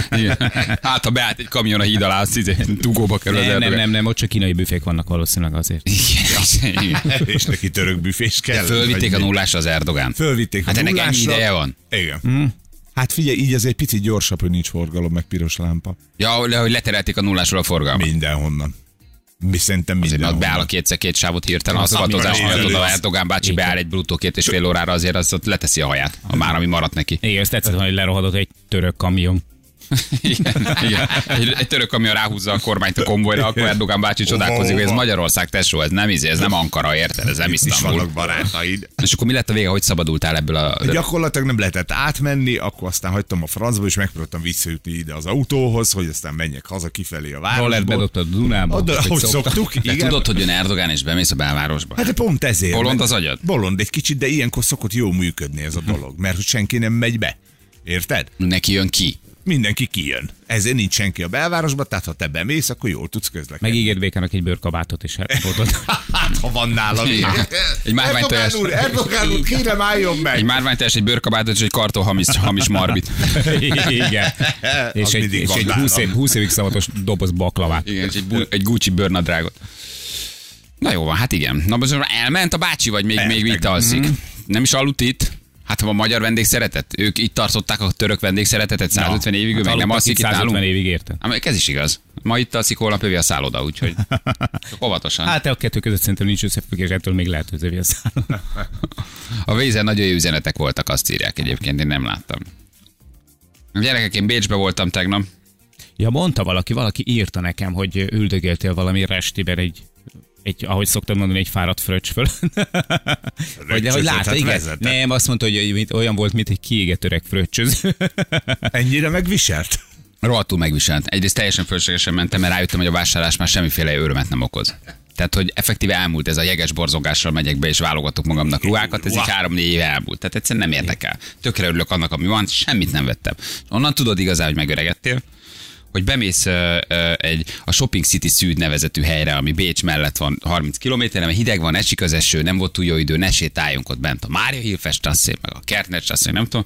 Speaker 2: Hát, ha beállt egy kamion a híd alá, az izé, dugóba kerül az
Speaker 3: Nem, nem,
Speaker 2: Erdogán.
Speaker 3: nem, nem, ott csak kínai büfék vannak valószínűleg azért.
Speaker 2: Igen, igen.
Speaker 4: És neki török büfés kell.
Speaker 2: Fölvitték a nullásra az Erdogán.
Speaker 4: Fölvitték
Speaker 2: Hát
Speaker 4: a
Speaker 2: ennek ennyi
Speaker 4: nullásra.
Speaker 2: ideje van. Mhm.
Speaker 4: Igen. Hát figyelj, így ez egy picit gyorsabb, hogy nincs forgalom, meg piros lámpa.
Speaker 2: Ja, le- hogy leterelték a nullásról a forgalmat.
Speaker 4: Mindenhonnan. mi szerintem
Speaker 2: Azért ott
Speaker 4: mindenhol.
Speaker 2: beáll a kétszer két sávot hirtelen, az szabadozás
Speaker 4: nagyon
Speaker 2: miatt
Speaker 4: jó.
Speaker 2: oda a Erdogán bácsi beáll egy bruttó két és fél órára, azért azt ott leteszi a haját, ha már ami maradt neki.
Speaker 3: Igen, ezt tetszett, volna, hogy lerohadott egy török kamion.
Speaker 2: Igen, igen. Egy, egy török, ami ráhúzza a kormányt a konvojra, akkor Erdogan bácsi csodálkozik, hogy ez Magyarország, tesó, ez nem izé, ez nem Ankara, érted, ez nem
Speaker 4: is
Speaker 2: Isztambul.
Speaker 4: vannak barátaid.
Speaker 2: És akkor mi lett a vége, hogy szabadultál ebből a...
Speaker 4: Gyakorlatilag nem lehetett átmenni, akkor aztán hagytam a francba, és megpróbáltam visszajutni ide az autóhoz, hogy aztán menjek haza kifelé a
Speaker 3: Roller
Speaker 4: városból.
Speaker 3: bedobtad a Dunába.
Speaker 4: Oda,
Speaker 3: hogy
Speaker 4: ahogy
Speaker 3: szokta.
Speaker 4: szoktuk,
Speaker 2: De
Speaker 4: igen.
Speaker 2: tudod, hogy jön Erdogan és bemész a belvárosba?
Speaker 4: Hát de pont ezért.
Speaker 2: Bolond
Speaker 4: mert-
Speaker 2: az agyad?
Speaker 4: Bolond egy kicsit, de ilyenkor szokott jó működni ez a dolog, mert hogy senki nem megy be. Érted?
Speaker 2: Neki jön ki.
Speaker 4: Mindenki kijön. Ezért nincs senki a belvárosba, tehát ha te bemész, akkor jól tudsz közlekedni.
Speaker 3: Megígért békának egy bőrkabátot és fotót.
Speaker 4: Hát, ha van nálam.
Speaker 2: Igen.
Speaker 4: ilyen.
Speaker 2: Egy márványtojás.
Speaker 4: Erdogan úr, Erdogan úr, kérem álljon
Speaker 2: Egy
Speaker 4: meg!
Speaker 2: márványtás, egy bőrkabátot és egy karton hamis, hamis marbit.
Speaker 3: Igen. És
Speaker 4: Az
Speaker 3: egy,
Speaker 4: mindig
Speaker 3: és
Speaker 4: van
Speaker 3: egy
Speaker 4: nálam.
Speaker 3: 20, év, 20 évig szavatos doboz baklavát.
Speaker 2: Igen, és egy, bu- egy Gucci bőrnadrágot. Na jó van, hát igen. Na most elment a bácsi, vagy még, még itt alszik?
Speaker 3: Mhm.
Speaker 2: Nem is aludt itt? Hát ha a magyar vendég szeretett, ők itt tartották a török vendég szeretetet 150 évig, ő meg nem
Speaker 3: aludtak
Speaker 2: alszik
Speaker 3: itt
Speaker 2: itt
Speaker 3: 150
Speaker 2: nálunk.
Speaker 3: Hát, évig érted.
Speaker 2: Ám ez is igaz. Ma itt alszik, holnap jövő a szálloda, úgyhogy csak óvatosan.
Speaker 3: Hát a kettő között szerintem nincs összefüggés, ettől még lehet, hogy ez a
Speaker 2: A Vézen nagyon jó üzenetek voltak, azt írják egyébként, én nem láttam. A Gyerekek, én Bécsbe voltam tegnap.
Speaker 3: Ja, mondta valaki, valaki írta nekem, hogy üldögéltél valami restiben egy egy, ahogy szoktam mondani, egy fáradt fröccs föl. Vagy hogy látta,
Speaker 4: hát
Speaker 3: igen.
Speaker 4: vezetett.
Speaker 3: Nem, azt mondta, hogy hogy mint- olyan volt, mint egy kiégett öreg fröccsöző.
Speaker 4: Ennyire megviselt?
Speaker 2: Rohadtul megviselt. Egyrészt teljesen fölöslegesen mentem, mert rájöttem, hogy a vásárlás már semmiféle örömet nem okoz. Tehát, hogy effektíve elmúlt ez a jeges borzogással megyek be és válogatok magamnak ruhákat, ez így három-négy éve elmúlt. Tehát egyszerűen nem érdekel. Tökre örülök annak, ami van, semmit nem vettem. És Onnan tudod igazán, hogy megöregedtél, hogy bemész ö, ö, egy, a Shopping City Szűd nevezetű helyre, ami Bécs mellett van 30 kilométerre, mert hideg van, esik az eső, nem volt túl jó idő, ne sétáljunk ott bent a Mária Hilfestrasszén, meg a Kertner Strasszén, nem tudom.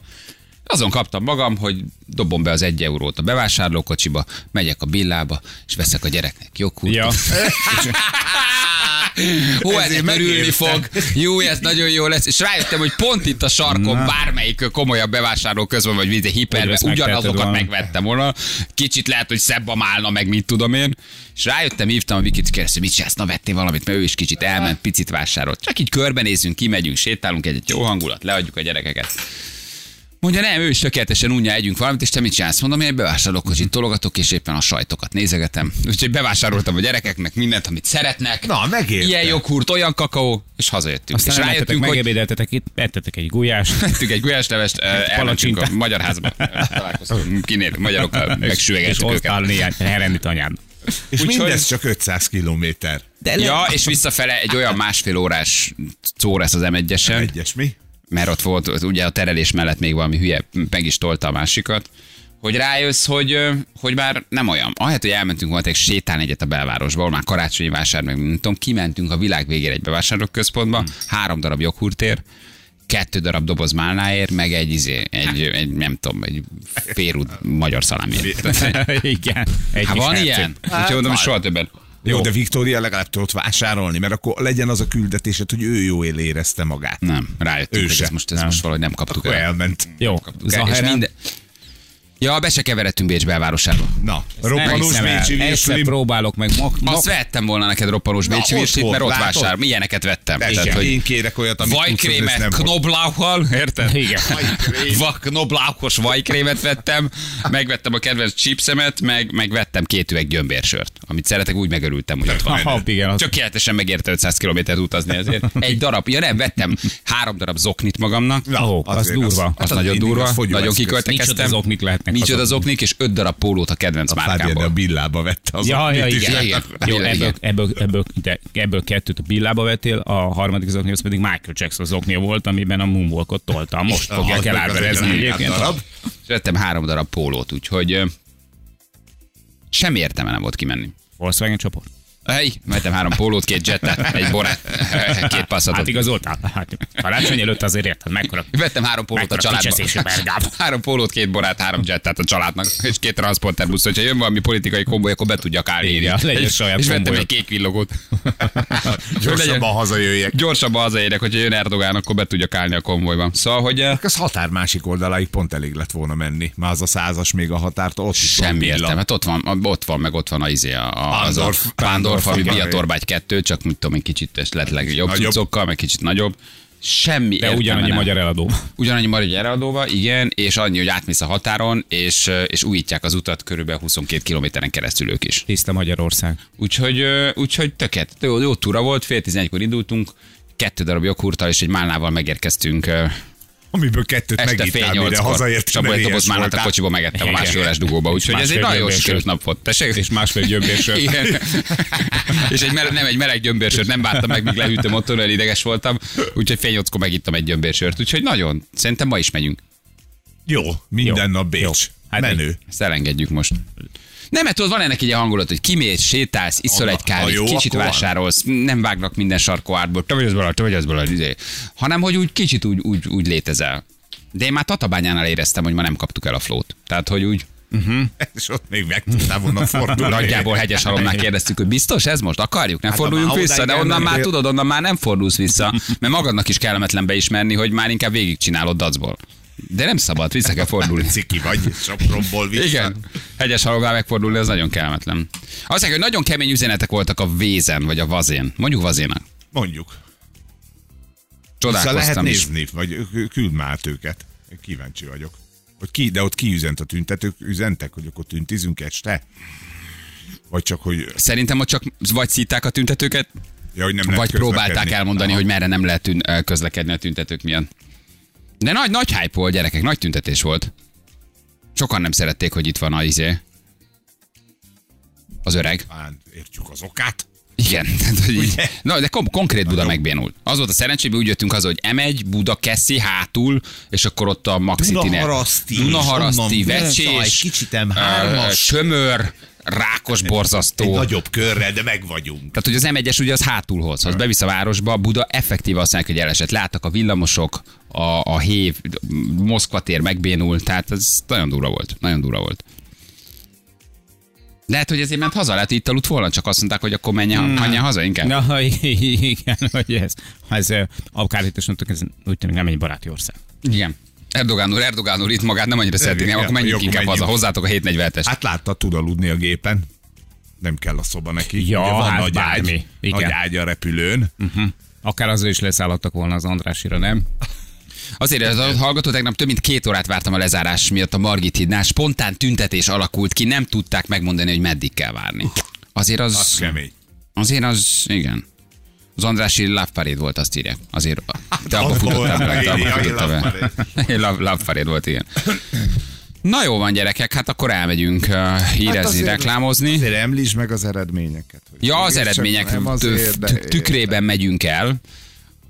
Speaker 2: Azon kaptam magam, hogy dobom be az egy eurót a bevásárlókocsiba, megyek a billába, és veszek a gyereknek jogkút.
Speaker 3: ja.
Speaker 2: Hú,
Speaker 4: Ezért
Speaker 2: ez örülni
Speaker 4: megértem.
Speaker 2: fog. Jó, ez nagyon jó lesz. És rájöttem, hogy pont itt a sarkon bármelyik komolyabb bevásárló közben, vagy mint egy
Speaker 3: Hogy
Speaker 2: hiperben,
Speaker 3: ezt megtetted
Speaker 2: ugyanazokat
Speaker 3: volna.
Speaker 2: megvettem volna. Kicsit lehet, hogy szebb a málna, meg mit tudom én. És rájöttem, hívtam a Vikit, kérdeztem, mit csinálsz, na vettél valamit, mert ő is kicsit elment, picit vásárolt. Csak így körbenézünk, kimegyünk, sétálunk egyet, jó hangulat, leadjuk a gyerekeket. Mondja, nem, ő is tökéletesen unja, együnk valamit, és te mit csinálsz? Mondom, én egy bevásárlókocsit tologatok, és éppen a sajtokat nézegetem. Úgyhogy bevásároltam a gyerekeknek mindent, amit szeretnek.
Speaker 4: Na, megérte.
Speaker 2: Ilyen joghurt, olyan kakaó, és hazajöttünk.
Speaker 3: Aztán
Speaker 2: és
Speaker 3: rájöttünk,
Speaker 2: rájöttünk, hogy
Speaker 3: megebédeltetek itt, ettetek egy gulyást.
Speaker 2: tettük egy gulyáslevest, elmentünk a
Speaker 3: palacsintát.
Speaker 2: magyar házba. Találkoztunk kinél, magyarokkal
Speaker 3: és
Speaker 2: megsüvegeltük őket.
Speaker 3: hoztál néhány herendit anyád.
Speaker 4: És
Speaker 2: Úgyhogy-
Speaker 4: mindez csak 500 kilométer.
Speaker 3: De
Speaker 2: Ja, és visszafele egy olyan másfél órás szórász az m 1
Speaker 4: Egyes mi?
Speaker 2: mert ott volt ott ugye a terelés mellett még valami hülye, meg is tolta a másikat, hogy rájössz, hogy, ö, hogy már nem olyan. Ahelyett, hogy elmentünk volna egy sétálni egyet a belvárosba, ahol már karácsonyi vásár, meg nem tudom, kimentünk a világ végére egy bevásárlóközpontba, hmm. három darab joghurtért, kettő darab doboz málnáért, meg egy, izé, egy, egy nem tudom, egy férút magyar szalámért.
Speaker 3: Igen. Egy
Speaker 2: Hát
Speaker 3: kis
Speaker 2: van
Speaker 3: herceg.
Speaker 2: ilyen? Úgyhogy mondom, hogy soha többen.
Speaker 4: Jó, de Viktória legalább tudott vásárolni, mert akkor legyen az a küldetésed, hogy ő jól érezte magát.
Speaker 2: Nem,
Speaker 4: Ő
Speaker 2: rájöttünk, hogy
Speaker 4: se.
Speaker 2: ezt most, ezt most valahogy nem kaptuk
Speaker 4: Akkor
Speaker 2: el.
Speaker 4: elment.
Speaker 3: Jó,
Speaker 2: el. És
Speaker 3: Zaheren.
Speaker 2: minden... Ja, be se keveredtünk Bécs belvárosába.
Speaker 4: Na, roppanós
Speaker 3: Hiszem el.
Speaker 4: Bécsi
Speaker 3: Egyszer
Speaker 4: virsli.
Speaker 3: próbálok meg. Mak-
Speaker 2: Azt
Speaker 3: mak-
Speaker 2: vettem volna neked roppanós
Speaker 4: Na,
Speaker 2: Bécsi
Speaker 4: ott
Speaker 2: virslit,
Speaker 4: volt,
Speaker 2: mert ott
Speaker 4: látod?
Speaker 2: vásárol. Milyeneket vettem.
Speaker 4: Persze,
Speaker 2: Tehát, hogy
Speaker 4: hát, én kérek olyat, amit tudsz, hogy ez
Speaker 2: vajkrémet
Speaker 4: nem volt.
Speaker 2: knoblauchal, érted?
Speaker 3: Igen.
Speaker 2: Va, knoblauchos vajkrémet vettem, megvettem a kedvenc chipsemet, meg, meg vettem két üveg gyömbérsört, amit szeretek, úgy megörültem, hogy ott
Speaker 3: Aha,
Speaker 2: van.
Speaker 3: igen, az-
Speaker 2: Tökéletesen megérte 500 kilométert utazni ezért. Egy darab, ja nem, vettem három darab zoknit magamnak,
Speaker 3: Ó, az
Speaker 4: azért
Speaker 3: durva.
Speaker 2: az,
Speaker 3: Az
Speaker 4: az hát az
Speaker 2: nagyon
Speaker 4: mindig
Speaker 2: durva,
Speaker 4: az fogyó
Speaker 2: nagyon
Speaker 4: eszköz.
Speaker 2: kiköltekeztem.
Speaker 3: Micsoda zoknik lehetnek
Speaker 2: Micsoda
Speaker 3: azok.
Speaker 2: zoknik, és öt darab pólót a kedvenc
Speaker 4: Fábián a
Speaker 2: márkából.
Speaker 4: billába vette az
Speaker 3: Ja, ja, igen.
Speaker 2: igen.
Speaker 3: igen. Jó,
Speaker 2: Igen.
Speaker 3: ebből, ebből, ebből, de ebből kettőt a billába vettél, a harmadik zokni, az pedig Michael Jackson zoknia volt, amiben a moonwalkot toltam. Most fogják
Speaker 4: az meg az
Speaker 3: elárverezni
Speaker 4: egy
Speaker 3: egyébként.
Speaker 4: darab.
Speaker 2: És vettem három darab pólót, úgyhogy ö, semmi értelme nem volt kimenni.
Speaker 3: Volkswagen csoport.
Speaker 2: Hely, vettem három pólót, két jettet, egy borát, két
Speaker 3: Hát
Speaker 2: passzatot.
Speaker 3: igazoltál. Hát, karácsony előtt azért érted, mekkora.
Speaker 2: Vettem három pólót a
Speaker 3: Mekkora kicseszésű
Speaker 2: családnak.
Speaker 3: belgáv.
Speaker 2: Három pólót, két borát, három jettet a családnak, és két transporterbusz. Hogyha jön valami politikai komoly, akkor be tudjak állni.
Speaker 3: Igen, legyen
Speaker 2: és,
Speaker 3: saját
Speaker 2: és vettem
Speaker 3: konvojod.
Speaker 2: egy kék villogót. Legyen-
Speaker 4: Gyorsabban hazajöjjek.
Speaker 2: Gyorsabban hazaérek, hogyha jön Erdogán, akkor be tudjak állni a konvojban. Szóval, hogy ö,
Speaker 4: Az határ másik oldaláig pont elég lett volna menni. Már az a százas még a határt ott is
Speaker 2: Semmi
Speaker 4: billan.
Speaker 2: értelme. Hát ott van, ott van, meg ott van a izé, a, a, az a
Speaker 4: Pándorf.
Speaker 2: Pándorf Viatorfa,
Speaker 4: igen.
Speaker 2: Viatorbágy 2, csak mit tudom, egy kicsit esetleg jobb
Speaker 4: nagyobb.
Speaker 2: cuccokkal, meg kicsit nagyobb. Semmi
Speaker 3: De
Speaker 2: értelme
Speaker 3: ugyanannyi
Speaker 2: nem.
Speaker 3: magyar eladó.
Speaker 2: Ugyanannyi marad egy eladóba, igen, és annyi, hogy átmész a határon, és, és újítják az utat körülbelül 22 kilométeren keresztül ők is.
Speaker 3: Tiszta Magyarország.
Speaker 2: Úgyhogy, ö, úgyhogy töket. Jó, jó túra volt, fél tizenegykor indultunk, kettő darab joghurttal és egy málnával megérkeztünk ö,
Speaker 4: Amiből kettőt
Speaker 2: este fél
Speaker 4: megittál, mire
Speaker 2: nyolckor.
Speaker 4: hazaértem,
Speaker 2: Csaba egy doboz málnát a kocsiba megettem a
Speaker 3: Igen.
Speaker 2: másfél órás dugóba, úgyhogy ez egy
Speaker 3: másfél
Speaker 2: nagyon
Speaker 3: gömbérsört.
Speaker 2: sikerült nap volt. Tessék?
Speaker 3: És másfél gyömbérsört.
Speaker 2: Igen. és egy mele, nem egy meleg gyömbérsört, nem bántam meg, míg lehűtöm otthon, el ideges voltam, úgyhogy fél nyolckor megittam egy gyömbérsört, úgyhogy nagyon, szerintem ma is megyünk.
Speaker 4: Jó, minden nap Bécs.
Speaker 3: Jó. Hát
Speaker 4: Menő.
Speaker 2: Ezt elengedjük most. Nem, mert tudod, van ennek egy ilyen hangulat, hogy kimész, sétálsz, iszol
Speaker 4: Ha-
Speaker 2: egy kávét,
Speaker 4: ha jó,
Speaker 2: kicsit
Speaker 4: akkor van.
Speaker 2: vásárolsz, nem vágnak minden sarkó átból, te vagy az bala, te vagy az bala, izé. hanem hogy úgy kicsit úgy, úgy, úgy létezel. De én már Tatabányánál éreztem, hogy ma nem kaptuk el a flót. Tehát, hogy úgy
Speaker 4: És ott még meg tudtál volna fordulni.
Speaker 2: nagyjából hegyes halomnál kérdeztük, hogy biztos ez most akarjuk, nem forduljunk
Speaker 4: már
Speaker 2: vissza, de
Speaker 4: odáig
Speaker 2: onnan
Speaker 4: elmenni,
Speaker 2: már
Speaker 4: de-
Speaker 2: tudod, onnan már nem fordulsz vissza, mert magadnak is kellemetlen beismerni, hogy már inkább végigcsinálod dacból. De nem szabad, vissza kell fordulni.
Speaker 4: Ciki vagy, Sopronból vissza.
Speaker 2: Igen. Hegyes halogá megfordulni, az nagyon kellemetlen. Azt mondják, hogy nagyon kemény üzenetek voltak a Vézen, vagy a Vazén. Mondjuk Vazénak.
Speaker 4: Mondjuk. Szóval lehet
Speaker 2: Csodálkoztam is.
Speaker 4: nézni, vagy küld már át őket. Én Kíváncsi vagyok. Hogy ki, de ott ki üzent a tüntetők? Üzentek, hogy akkor tüntizünk este? Vagy csak, hogy,
Speaker 2: Szerintem ott csak vagy szítták a tüntetőket,
Speaker 4: ja, hogy nem lehet
Speaker 2: vagy
Speaker 4: közlekedni.
Speaker 2: próbálták elmondani, hogy merre nem lehet tün- ö, közlekedni a tüntetők miatt. De nagy, nagy hype volt, gyerekek, nagy tüntetés volt. Sokan nem szerették, hogy itt van a izé. Az öreg.
Speaker 4: Talán értjük az okát.
Speaker 2: Igen. Tehát, hogy így,
Speaker 4: Ugye?
Speaker 2: na, de kom- konkrét Buda megbénult. Az volt a szerencsében, úgy jöttünk haza, hogy M1, Buda, Keszi, hátul, és akkor ott a Maxi
Speaker 4: Dunaharaszti,
Speaker 2: Dunaharaszti,
Speaker 4: és onnan Vörösaj,
Speaker 2: Vecsés,
Speaker 4: kicsit M3-as.
Speaker 2: ö, Sömör, Rákos
Speaker 4: Egy
Speaker 2: borzasztó.
Speaker 4: nagyobb körre, de meg vagyunk.
Speaker 2: Tehát, hogy az M1-es ugye az hátulhoz, ha az bevisz a városba, a Buda effektíve azt mondják, hogy elesett. Láttak a villamosok, a, a hév, Moszkva tér megbénult, tehát ez nagyon durva volt, nagyon durva volt. Lehet, hogy ezért ment haza, lehet, hogy itt aludt volna, csak azt mondták, hogy akkor menjen, menjen haza inkább.
Speaker 3: Na, igen, hogy ez, ez ö, akár itt is mondtuk, ez úgy tűnik nem egy baráti ország.
Speaker 2: Igen. Erdogán úr, Erdogán úr itt magát nem annyira szeretnék, nem,
Speaker 4: Igen,
Speaker 2: akkor menjünk
Speaker 4: jobb,
Speaker 2: inkább
Speaker 4: menjünk.
Speaker 2: haza, hozzátok a 740-es.
Speaker 4: Hát látta, tud aludni a gépen. Nem kell a szoba neki.
Speaker 3: Ja,
Speaker 4: Ugye van
Speaker 3: hát
Speaker 4: nagy
Speaker 3: bármi.
Speaker 4: ágy,
Speaker 3: Igen.
Speaker 4: nagy ágy a repülőn.
Speaker 2: Mhm.
Speaker 3: Akár azzal is leszállhattak volna az Andrásira, nem?
Speaker 2: Azért az adott hallgató tegnap több mint két órát vártam a lezárás miatt a Margit hídnál. Spontán tüntetés alakult ki, nem tudták megmondani, hogy meddig kell várni. Azért
Speaker 4: Az
Speaker 2: az,
Speaker 4: kemény.
Speaker 2: azért az, igen. Az Andrási Love Parade volt, azt írják. Azért te abba
Speaker 4: Az
Speaker 2: futottál
Speaker 4: volt.
Speaker 2: bele. Te abba
Speaker 4: Jaj,
Speaker 2: futottál
Speaker 4: Love
Speaker 2: bele. Love, Love Parade volt, igen. Na jó van gyerekek, hát akkor elmegyünk uh, hírezni,
Speaker 4: azért-
Speaker 2: reklámozni.
Speaker 4: Azért említsd meg az eredményeket. hogy
Speaker 2: Ja, az
Speaker 4: csak
Speaker 2: eredmények
Speaker 4: nem azért,
Speaker 2: tö-
Speaker 4: de-
Speaker 2: tük- tükrében megyünk el,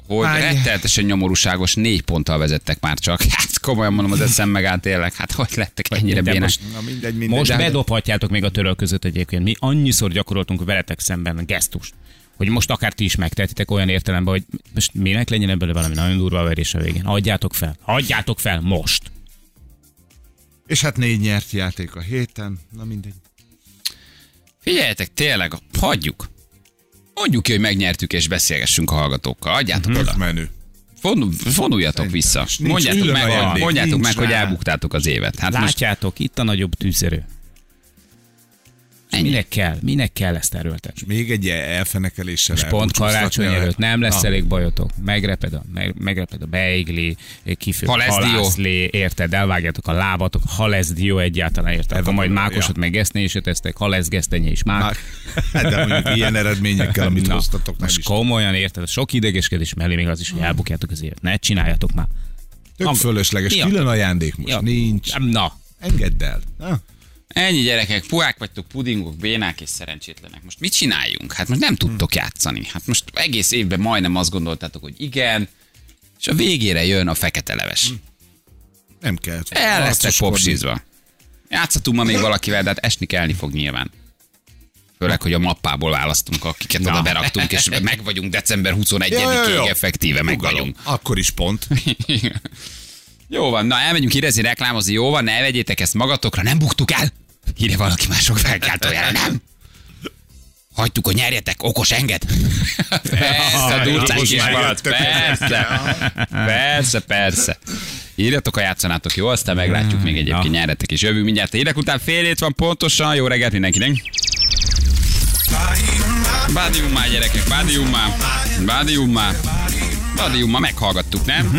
Speaker 2: hogy
Speaker 4: Hány-
Speaker 2: rettenetesen nyomorúságos négy ponttal vezettek már csak. Hát komolyan mondom, az eszem megállt tényleg. Hát hogy lettek ennyire
Speaker 3: De
Speaker 2: bének?
Speaker 3: most,
Speaker 4: Na mindegy, mindegy.
Speaker 3: most
Speaker 2: hát-
Speaker 4: De- hát
Speaker 3: bedobhatjátok még a török között egyébként. Mi annyiszor gyakoroltunk veletek szemben a gesztust, hogy most akár ti is megtehetitek olyan értelemben, hogy most minek legyen ebből valami nagyon durva verés a végén. Adjátok fel, adjátok fel most.
Speaker 2: Hát
Speaker 4: És hát négy nyert játék a héten. Na mindegy.
Speaker 2: Figyeljetek, tényleg, hagyjuk. Mondjuk ki, hogy megnyertük, és beszélgessünk a hallgatókkal. Adjátok oda.
Speaker 4: Tök menő.
Speaker 2: Fondul- Vonuljatok vissza.
Speaker 4: Mhm. Nincs
Speaker 2: Mondjátok
Speaker 4: ülő
Speaker 2: meg,
Speaker 4: ajándék,
Speaker 2: mondjátok
Speaker 4: nincs
Speaker 2: meg hogy
Speaker 4: rá.
Speaker 2: elbuktátok az évet. Hát most
Speaker 3: Látjátok, itt a nagyobb tűzerő.
Speaker 2: ennyi.
Speaker 3: Minek kell, minek kell ezt erőltetni?
Speaker 4: Még egy ilyen elfenekeléssel
Speaker 3: És pont
Speaker 4: elbúcsúztatni
Speaker 3: karácsony
Speaker 4: a-
Speaker 3: előtt nem lesz
Speaker 4: Na,
Speaker 3: elég bajotok. Megreped a, meg, megreped a beigli, kifő
Speaker 2: Ha lesz
Speaker 3: halászlé, érted, elvágjátok a lábatok, ha lesz dió egyáltalán, érted, akkor majd
Speaker 4: ja.
Speaker 3: mákosot meg gesztenye is eteztek, ha lesz gesztenye is mák.
Speaker 4: már- Hát de mondjuk ilyen eredményekkel, amit
Speaker 3: Na,
Speaker 4: hoztatok, nem
Speaker 3: most
Speaker 4: is.
Speaker 3: komolyan érted, sok idegeskedés mellé még az is, hogy elbukjátok az évet. Ne csináljatok már.
Speaker 4: Tök
Speaker 3: Am-
Speaker 4: fölösleges.
Speaker 3: Ja.
Speaker 4: Külön ajándék most
Speaker 3: Ja.
Speaker 4: nincs.
Speaker 3: Na,
Speaker 4: Engedd el. Na,
Speaker 2: Ennyi gyerekek, puhák vagytok, pudingok, bénák és szerencsétlenek. Most mit csináljunk? Hát most nem tudtok játszani. Hát most egész évben majdnem azt gondoltátok, hogy igen, és a végére jön a fekete leves.
Speaker 4: nem kell.
Speaker 2: El lesztek
Speaker 4: Harcoskodni.
Speaker 2: popsizva. Játszhatunk ma még valakivel, de hát esni kelni fog nyilván. Főleg, hogy a mappából választunk, akiket oda beraktunk, és meg vagyunk december 21-ig, effektíve meg
Speaker 4: Nyugalom.
Speaker 2: vagyunk.
Speaker 4: Akkor is pont.
Speaker 2: Jó van, na elmegyünk hírezni, reklámozni, jó van, ne vegyétek ezt magatokra, nem buktuk el. Híre valaki mások felkiáltójára, nem? Hagytuk, hogy nyerjetek, okos enged. Persze, durcán
Speaker 4: most
Speaker 2: kis
Speaker 4: már
Speaker 2: malac,
Speaker 4: jöttek.
Speaker 2: persze. Persze, persze. Írjatok, ha játszanátok, jó? Aztán meglátjuk még egyébként nyerjetek is. Jövünk mindjárt a hírek után, fél hét van pontosan, jó reggelt mindenkinek.
Speaker 1: Fáj,
Speaker 2: Bádium már, gyerekek, bádium már. Bádium már. Bádium már meghallgattuk, nem?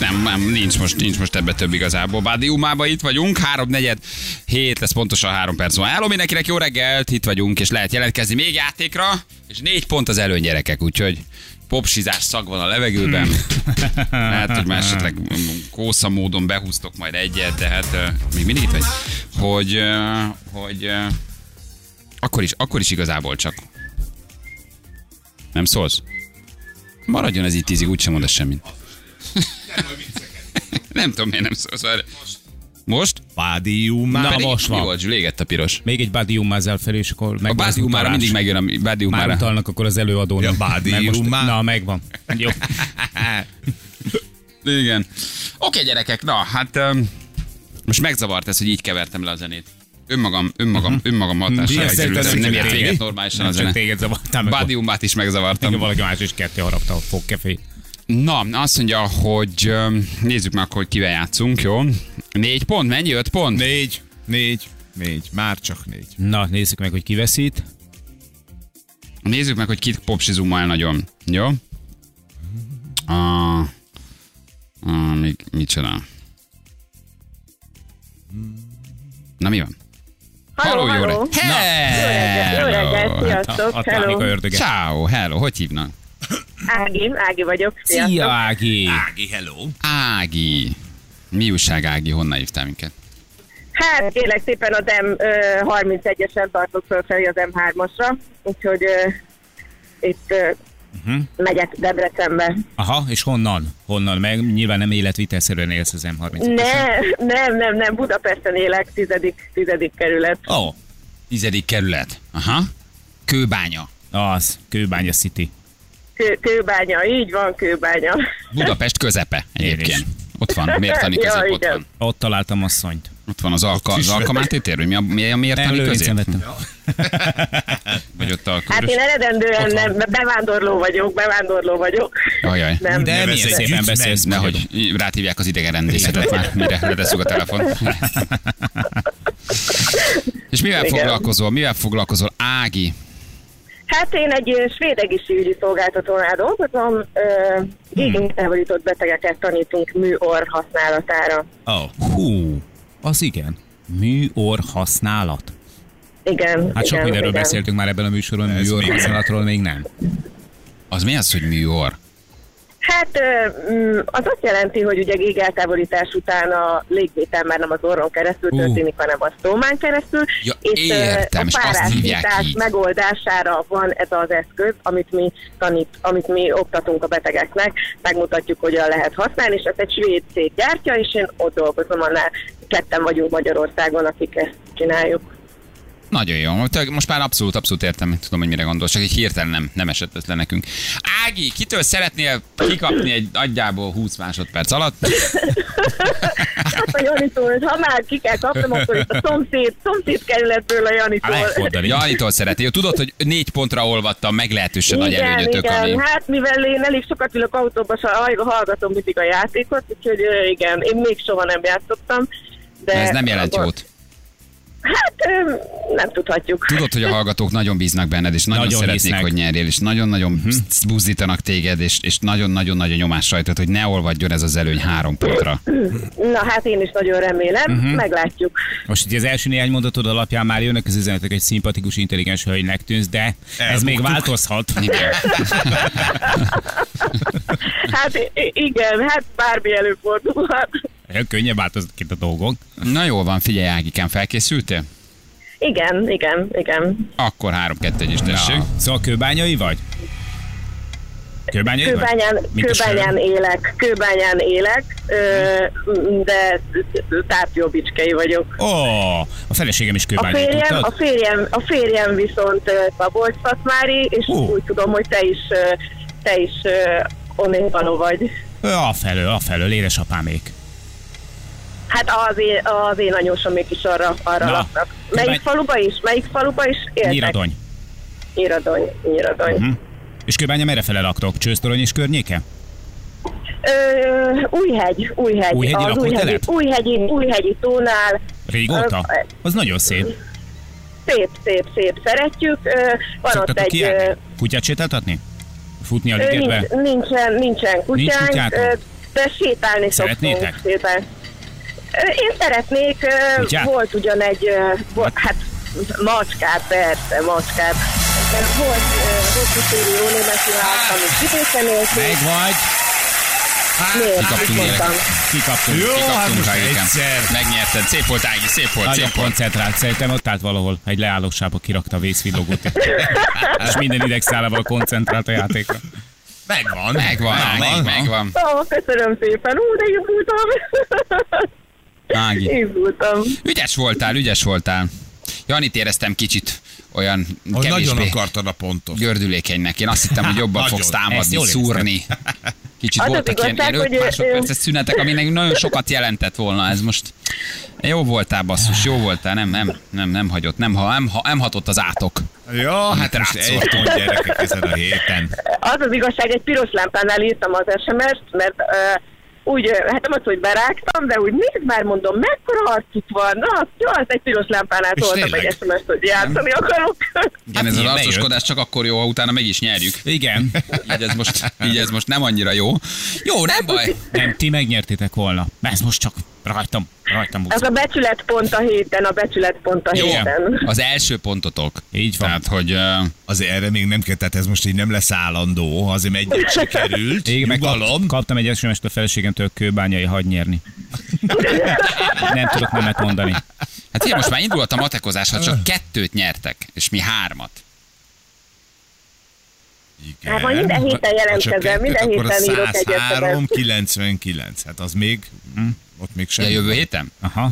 Speaker 2: Nem, nem, nincs most, nincs most ebbe több igazából. Bádium mába itt vagyunk, háromnegyed, hét lesz pontosan három perc van. Hello mindenkinek, jó reggelt, itt vagyunk, és lehet jelentkezni még játékra, és négy pont az előny gyerekek, úgyhogy popsizás szag van a levegőben. Lehet, hogy már esetleg kósza módon behúztok majd egyet, de hát ö, még mindig itt vagy. Hogy, ö, hogy ö, akkor is, akkor is igazából csak. Nem szólsz? Maradjon ez itt tízig, úgysem mondasz semmit. nem tudom, miért nem szólsz. Várj. Most?
Speaker 4: Pádium
Speaker 3: Na,
Speaker 4: már.
Speaker 2: Pedig
Speaker 3: most van.
Speaker 2: Mi volt, Zsül? égett a piros.
Speaker 3: Még egy bádiummá ezzel felé, és akkor meg
Speaker 2: A bádiumára mindig megjön a
Speaker 3: Már
Speaker 2: bádiumára.
Speaker 3: utalnak akkor az előadónak.
Speaker 4: Ja, bádiummá.
Speaker 3: Mert most- Na, megvan. Jó.
Speaker 2: Igen. Oké, gyerekek, na, hát um, most megzavart ez, hogy így kevertem le a zenét. Önmagam, önmagam, uh-huh. önmagam hatására.
Speaker 4: Ilyen szerintem
Speaker 2: Nem, nem
Speaker 4: szükséges.
Speaker 2: ért véget normálisan a
Speaker 3: Csak
Speaker 2: zene.
Speaker 3: téged zavartam.
Speaker 2: Bádiumát is megzavartam.
Speaker 3: Igen, valaki más is ketté harapta a fogkefét.
Speaker 2: Na, azt mondja, hogy öm, nézzük meg akkor, hogy kivel játszunk, jó? Négy pont, mennyi? Öt pont?
Speaker 4: Négy, négy, négy, már csak négy.
Speaker 3: Na, nézzük meg, hogy ki veszít.
Speaker 2: Nézzük meg, hogy kit popsizunk már nagyon, jó? A... A... Mi, micsoda? Na, mi van?
Speaker 5: Halló,
Speaker 2: jó
Speaker 5: halló.
Speaker 2: reggelt!
Speaker 5: Jó reggelt,
Speaker 2: Hello!
Speaker 5: sziasztok,
Speaker 3: Ott Hello. a
Speaker 5: hello.
Speaker 3: ördöge.
Speaker 2: Ciao, hello, hogy hívnak?
Speaker 5: Ági, Ági vagyok, sziasztok.
Speaker 3: Szia, Ági!
Speaker 4: Ági, hello.
Speaker 2: Ági. Mi újság, Ági? Honnan hívtál minket?
Speaker 5: Hát kérlek szépen az M31-esen tartok fölfelé az M3-asra, úgyhogy ö, itt ö, megyek Debrecenbe.
Speaker 3: Aha, és honnan? Honnan? Meg nyilván nem életvitelszerűen élsz az m 30
Speaker 5: Ne, nem, nem, nem, Budapesten élek, tizedik, tizedik kerület.
Speaker 3: Ó, oh,
Speaker 2: Tizedik kerület. Aha. Kőbánya.
Speaker 3: az, Kőbánya City.
Speaker 5: Kő, kőbánya, így van, kőbánya.
Speaker 2: Budapest közepe egyébként.
Speaker 3: is.
Speaker 2: Ott van, mértani
Speaker 5: Ja,
Speaker 2: közép, ott
Speaker 5: igen.
Speaker 2: van.
Speaker 3: Ott találtam asszonyt.
Speaker 2: Ott van az, alka, az alkamáté tér, hogy mi a, mi a
Speaker 3: Nem,
Speaker 2: mértani
Speaker 3: lőrincen
Speaker 2: közép?
Speaker 3: vettem.
Speaker 2: Vagy ott a
Speaker 5: Hát én
Speaker 2: körös?
Speaker 5: eredendően nem, bevándorló vagyok, bevándorló vagyok.
Speaker 2: Ajaj.
Speaker 5: Nem,
Speaker 3: De
Speaker 4: Ne
Speaker 3: milyen
Speaker 4: veszek
Speaker 3: szépen
Speaker 4: gyűjtsd
Speaker 3: beszélsz.
Speaker 4: meg.
Speaker 2: Nehogy rátívják az idegen rendészetet már, mire letesszük a telefon. És mivel
Speaker 5: Igen.
Speaker 2: foglalkozol? Mivel foglalkozol? Ági.
Speaker 5: Hát én egy ö, svéd egészségügyi szolgáltatónál dolgozom,
Speaker 3: Hmm.
Speaker 5: gégintávolított betegeket tanítunk műor használatára.
Speaker 3: Oh. Hú, az igen. Műor használat.
Speaker 5: Igen.
Speaker 3: Hát sok
Speaker 5: igen,
Speaker 3: mindenről
Speaker 5: igen.
Speaker 3: beszéltünk már ebben a műsoron,
Speaker 4: Ez
Speaker 3: műor
Speaker 4: még-
Speaker 3: használatról még nem.
Speaker 2: Az mi az, hogy műor?
Speaker 5: Hát ö, mm, az azt jelenti, hogy ugye gégeltávolítás után a légvétel már nem az orron keresztül
Speaker 3: Ú.
Speaker 5: történik, hanem a szómán keresztül.
Speaker 2: Ja,
Speaker 5: ö,
Speaker 2: értem,
Speaker 5: a
Speaker 2: és azt hívják
Speaker 5: párásítás
Speaker 2: így.
Speaker 5: megoldására van ez az eszköz, amit mi tanít, amit mi oktatunk a betegeknek, megmutatjuk, hogyan lehet használni, és ez egy svéd cég gyártja, és én ott dolgozom annál. Ketten vagyunk Magyarországon, akik ezt csináljuk.
Speaker 2: Nagyon jó. Te- Most már abszolút, abszolút értem, tudom, hogy mire gondolsz, csak egy hirtelen nem, nem esett ez le nekünk. Ági, kitől szeretnél kikapni egy adjából 20 másodperc alatt?
Speaker 5: Hát a Janitól, hogy ha már ki kell kapnom, akkor itt a szomszéd, szomszéd kerületből a Janitól.
Speaker 3: Megfordulni.
Speaker 2: Janitól szeretnél. Tudod, hogy négy pontra olvattam, meglehetősen nagy előnyötök,
Speaker 5: igen.
Speaker 2: ami...
Speaker 5: Hát mivel én elég sokat ülök autóba, s ha- hallgatom mindig a játékot, úgyhogy ö, igen, én még soha nem játszottam. Hát De
Speaker 2: Ez nem jelent
Speaker 5: abban-
Speaker 2: jót.
Speaker 5: Hát ö, nem tudhatjuk.
Speaker 2: Tudod, hogy a hallgatók nagyon bíznak benned, és nagyon,
Speaker 3: Nagyon
Speaker 2: nagyon szeretnék,
Speaker 3: hisznek.
Speaker 2: hogy nyerjél, és nagyon-nagyon uh-huh. buzdítanak téged, és, és nagyon-nagyon nagy a nyomás rajtad, hogy ne olvadjon ez az előny három pontra.
Speaker 5: Na hát én is nagyon remélem,
Speaker 2: Mhm.
Speaker 5: uh-huh. meglátjuk.
Speaker 3: Most ugye az első néhány mondatod alapján már jönnek az üzenetek, hogy szimpatikus, intelligens hölgynek tűnsz, de ez még változhat.
Speaker 2: Igen.
Speaker 5: Hát i- igen, hát bármi előfordulhat.
Speaker 3: Könnyebb változnak itt a dolgok.
Speaker 2: Na jól van, figyelj Ágikám, felkészültél?
Speaker 5: Igen, igen, igen.
Speaker 2: Akkor 3-2-1 is tessék.
Speaker 3: Na, Szóval kőbányai vagy? Kőbányai
Speaker 2: hát
Speaker 5: Kőbányán,
Speaker 3: vagy? Mint a sör.
Speaker 5: kőbányán élek, kőbányán élek, ö, de tárgyóbicskei vagyok.
Speaker 3: Ó, a feleségem is
Speaker 5: A
Speaker 3: kőbányai,
Speaker 5: férjem, a
Speaker 3: tudtad?
Speaker 5: férjem, a férjem viszont ö, Szabolcs Szatmári, és
Speaker 3: Ó.
Speaker 5: úgy tudom, hogy te is, ö, te is ö, onnél való vagy.
Speaker 3: Ö, Afelől, afelől, édesapámék.
Speaker 5: Hát az én, az én anyósomék is arra, arra
Speaker 3: Na.
Speaker 5: laknak. Melyik
Speaker 3: Kívánj-
Speaker 5: faluba is? Melyik faluba is éltek?
Speaker 3: Nyíradony. Mhm.
Speaker 5: Nyíradony, Nyíradony.
Speaker 3: És kőbánya merre fele laktok? Csősztorony és környéke?
Speaker 5: Ö, újhegy, Újhegy.
Speaker 3: Újhegyi
Speaker 5: az
Speaker 3: lakótelep?
Speaker 5: újhegyi, újhegyi, újhegyi tónál.
Speaker 3: Régóta?
Speaker 5: Ö,
Speaker 3: Az nagyon szép.
Speaker 5: szép, szép, szép, szeretjük. Ö, Van ott
Speaker 3: Szoktatok
Speaker 5: egy... ö,
Speaker 3: ilyen? Kutyát sétáltatni? Futni a
Speaker 5: ö,
Speaker 3: ligetbe?
Speaker 5: Nincs, nincsen, nincsen kutyánk,
Speaker 3: kutyátok?
Speaker 5: ö, de sétálni
Speaker 3: Szeretnétek?
Speaker 5: szoktunk szépen. Ö, Én szeretnék, ö,
Speaker 3: Kutyát?
Speaker 5: volt ugyan egy, ö, vo- hát macskát, persze, macskát. De Volt Rosszítélő Németi Vált, amit
Speaker 3: Meg
Speaker 5: vidéken
Speaker 3: vagy,
Speaker 5: Miért?
Speaker 2: kikaptunk
Speaker 5: Mit
Speaker 2: ilyeneket?
Speaker 5: mondtam?
Speaker 3: kikaptunk.
Speaker 4: Jó,
Speaker 3: kikaptunk.
Speaker 4: hát most
Speaker 2: Kájukem.
Speaker 4: egyszer.
Speaker 2: Megnyerted. Szép volt, Ági, szép volt,
Speaker 3: Nagyon
Speaker 2: szép volt.
Speaker 3: koncentrált, szerintem ott állt valahol egy leállósába kirakta a vészvillogót. És minden idegszálával koncentrált a játékra.
Speaker 4: Megvan.
Speaker 2: Megvan,
Speaker 4: Na,
Speaker 2: megvan, megvan.
Speaker 5: Ó, köszönöm szépen, ú, de izgultam.
Speaker 2: Ági.
Speaker 5: izgultam.
Speaker 2: Ügyes voltál, ügyes voltál. Janit éreztem kicsit olyan
Speaker 4: Hogy nagyon
Speaker 2: kevésbé
Speaker 4: akartad a pontot.
Speaker 2: gördülékenynek. Én azt hittem, hogy jobban
Speaker 4: Nagyon.
Speaker 2: fogsz
Speaker 3: Ezt
Speaker 2: támadni,
Speaker 3: jól érezted.
Speaker 2: szúrni. Kicsit
Speaker 5: Az az
Speaker 2: voltak ilyen,
Speaker 5: igazság,
Speaker 2: ilyen öt
Speaker 5: hogy, ö,
Speaker 2: másodperces
Speaker 5: ö,
Speaker 2: szünetek, aminek nagyon sokat jelentett volna ez most. Jó voltál, basszus, jó voltál, nem, nem, nem, nem hagyott, nem, ha, nem, ha, nem hatott az átok.
Speaker 4: Ja, hát most
Speaker 2: rátszólt.
Speaker 4: egy
Speaker 3: Szóval-
Speaker 4: pont gyerekek ezen a héten.
Speaker 5: Az az igazság, egy piros lámpánál írtam az SMS-t, mert ö, úgy, ö, hát nem az, hogy berágtam, de úgy nézd már, mondom, mekkora arcuk van. Na, jó, az egy piros lámpánál
Speaker 4: És
Speaker 5: szóltam
Speaker 4: tényleg?
Speaker 5: egy SMS-t, hogy játszani akarok.
Speaker 2: Igen, ez az
Speaker 3: ilyen bejött.
Speaker 2: arcoskodás csak akkor jó, ha utána meg is nyerjük.
Speaker 3: Igen.
Speaker 2: Így ez most, így ez most nem annyira jó. Jó, nem baj.
Speaker 3: Nem, ti megnyertétek volna. Ez most csak rajtam, rajtam
Speaker 5: Ez
Speaker 3: múzik.
Speaker 5: a becsületpont a héten, a becsületpont a
Speaker 2: Jó,
Speaker 5: héten.
Speaker 2: az első pontotok.
Speaker 3: Így van.
Speaker 2: Tehát, hogy uh,
Speaker 4: Azért erre még nem kell, tehát ez most így nem lesz állandó, azért mert egyet sikerült.
Speaker 3: Én meg kap,
Speaker 4: Nyugalom.
Speaker 3: kaptam egy SMS-t a feleségemtől, kőbányai hagy nyerni. Nem tudok nemet mondani.
Speaker 2: hát figyelj, most már indulhat a matekozás, ha csak kettőt nyertek, és mi hármat.
Speaker 5: Hát majd minden héten
Speaker 4: Ha csak
Speaker 5: jelentkezem, minden
Speaker 4: kettőt, akkor
Speaker 5: héten írok
Speaker 4: az
Speaker 5: egyet.
Speaker 4: 103, 99. Hát az még, hm, ott még
Speaker 2: Ja,
Speaker 4: semmi.
Speaker 2: jövő héten?
Speaker 3: Aha.